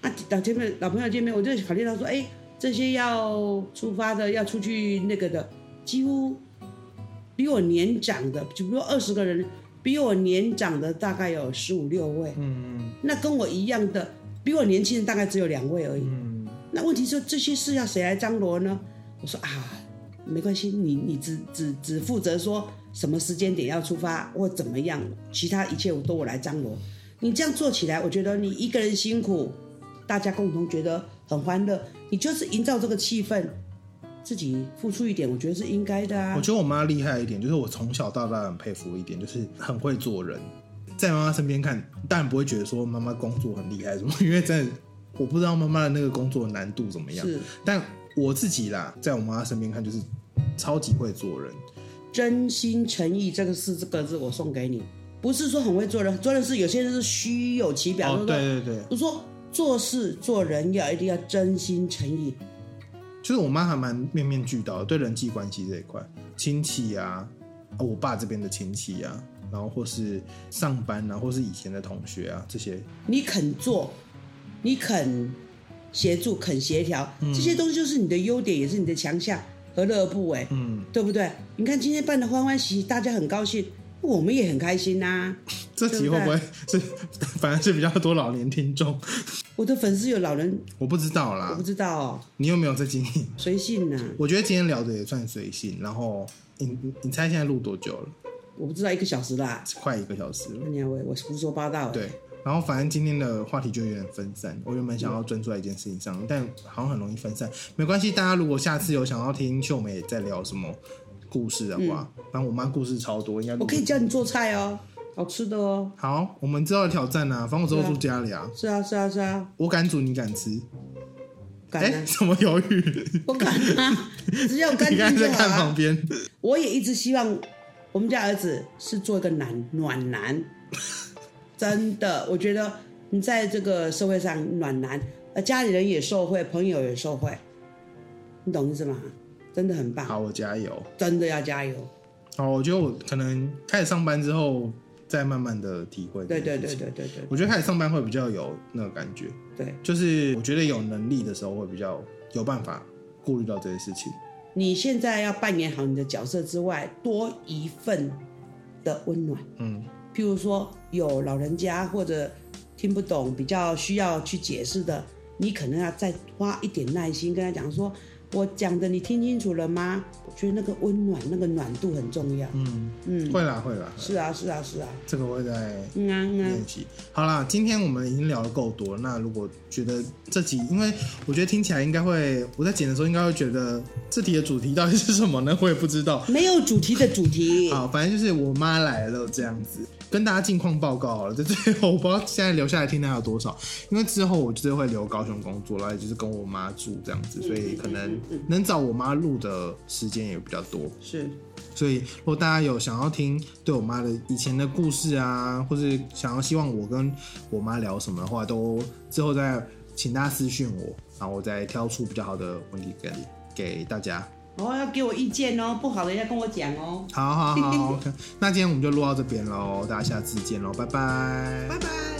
S2: 啊，老前面老朋友见面，我就考虑到说，哎，这些要出发的，要出去那个的，几乎比我年长的，就比如二十个人，比我年长的大概有十五六位，
S1: 嗯
S2: 那跟我一样的，比我年轻的大概只有两位而已。
S1: 嗯
S2: 那问题是这些事要谁来张罗呢？我说啊，没关系，你你只只只负责说什么时间点要出发或怎么样，其他一切都我来张罗。你这样做起来，我觉得你一个人辛苦，大家共同觉得很欢乐，你就是营造这个气氛，自己付出一点，我觉得是应该的啊
S1: 我。觉得我妈厉害一点，就是我从小到大很佩服一点，就是很会做人。在妈妈身边看，当然不会觉得说妈妈工作很厉害什么， 因为真的我不知道妈妈的那个工作难度怎么样。
S2: 是
S1: 但我自己啦，在我妈身边看，就是超级会做人。
S2: 真心诚意这个四个字，我送给你，不是说很会做人，做人是有些人是虚有其表，
S1: 哦
S2: 就，是说
S1: 对对对，
S2: 我说做事做人要一定要真心诚意，
S1: 就是我妈还蛮面面俱到的，对人际关系这一块，亲戚啊，啊我爸这边的亲戚啊，然后或是上班啊，或是以前的同学啊，这些
S2: 你肯做，你肯协助、肯协调，
S1: 嗯
S2: 这些东西就是你的优点，也是你的强项，何乐而不为？
S1: 嗯，
S2: 对不对？你看今天办的欢欢喜喜，大家很高兴，哦我们也很开心呐、
S1: 这集会不会 是反而是比较多老年听众？
S2: 我的粉丝有老人，
S1: 我不知道
S2: 我
S1: 啦
S2: 不，知道哦，
S1: 你有没有在经营？
S2: 随性呐、
S1: 我觉得今天聊的也算随性，然后你你你猜现在录多久了？
S2: 我不知道一个小时啦。
S1: 快一个小时了
S2: 那。你还我我胡说八道，，啊
S1: 对，然后反正今天的话题就有点分散。我原本想要专注在一件事情上，但好像很容易分散。没关系，大家如果下次有想要听秀美在聊什么故事的话，反正我妈故事超多，应该录
S2: 嗯我可以教你做菜哦，好吃的哦，
S1: 好。我们之后的挑战啊，反正我之后住家里啊，
S2: 是啊是啊是啊，
S1: 我敢煮，你敢吃？
S2: 敢
S1: 哎、
S2: 啊，
S1: 什么犹豫？
S2: 我敢 啊，只要 干
S1: 你刚才
S2: 净就
S1: 在
S2: 好
S1: 看
S2: 啊
S1: 旁。边，
S2: 我也一直希望我们家儿子是做一个男暖男，真的，我觉得你在这个社会上暖男，呃，家里人也受惠，朋友也受惠，你懂意思吗？真的很棒，
S1: 好，我加油。
S2: 真的要加油。
S1: 哦，我觉得我可能开始上班之后，再慢慢的体会。
S2: 对对对对，对对
S1: 我觉得开始上班会比较有那个感觉，
S2: 对，
S1: 就是我觉得有能力的时候会比较有办法顾虑到这些事情。
S2: 你现在要扮演好你的角色之外，多一份的温暖。
S1: 嗯，
S2: 譬如说有老人家或者听不懂、比较需要去解释的，你可能要再花一点耐心跟他讲说。我讲的你听清楚了吗？我觉得那个温暖、那个暖度很重要。
S1: 嗯嗯，会啦会啦，
S2: 是啊，是啊，是啊，
S1: 这个会在
S2: 嗯啊嗯啊，
S1: 练习。好啦，今天我们已经聊的够多了。那如果觉得这集，因为我觉得听起来应该会，我在剪的时候应该会觉得这题的主题到底是什么呢？我也不知道。
S2: 没有主题的主题。
S1: 好，反正就是我妈来了这样子，跟大家近况报告好了。在最后， 我不知道现在留下来听的还有多少，因为之后我就是会留高雄工作啦，也就是跟我妈住这样子，所以可能能找我妈录的时间也比较多。
S2: 是，
S1: 所以，如果大家有想要听对我妈的以前的故事啊，或是想要希望我跟我妈聊什么的话，都之后再请大家私讯我，然后我再挑出比较好的问题给给大家。
S2: 哦，要给我意见哦，不好的要跟我讲哦。
S1: 好好好，OK，那今天我们就录到这边喽，大家下次见喽，拜拜
S2: 拜拜。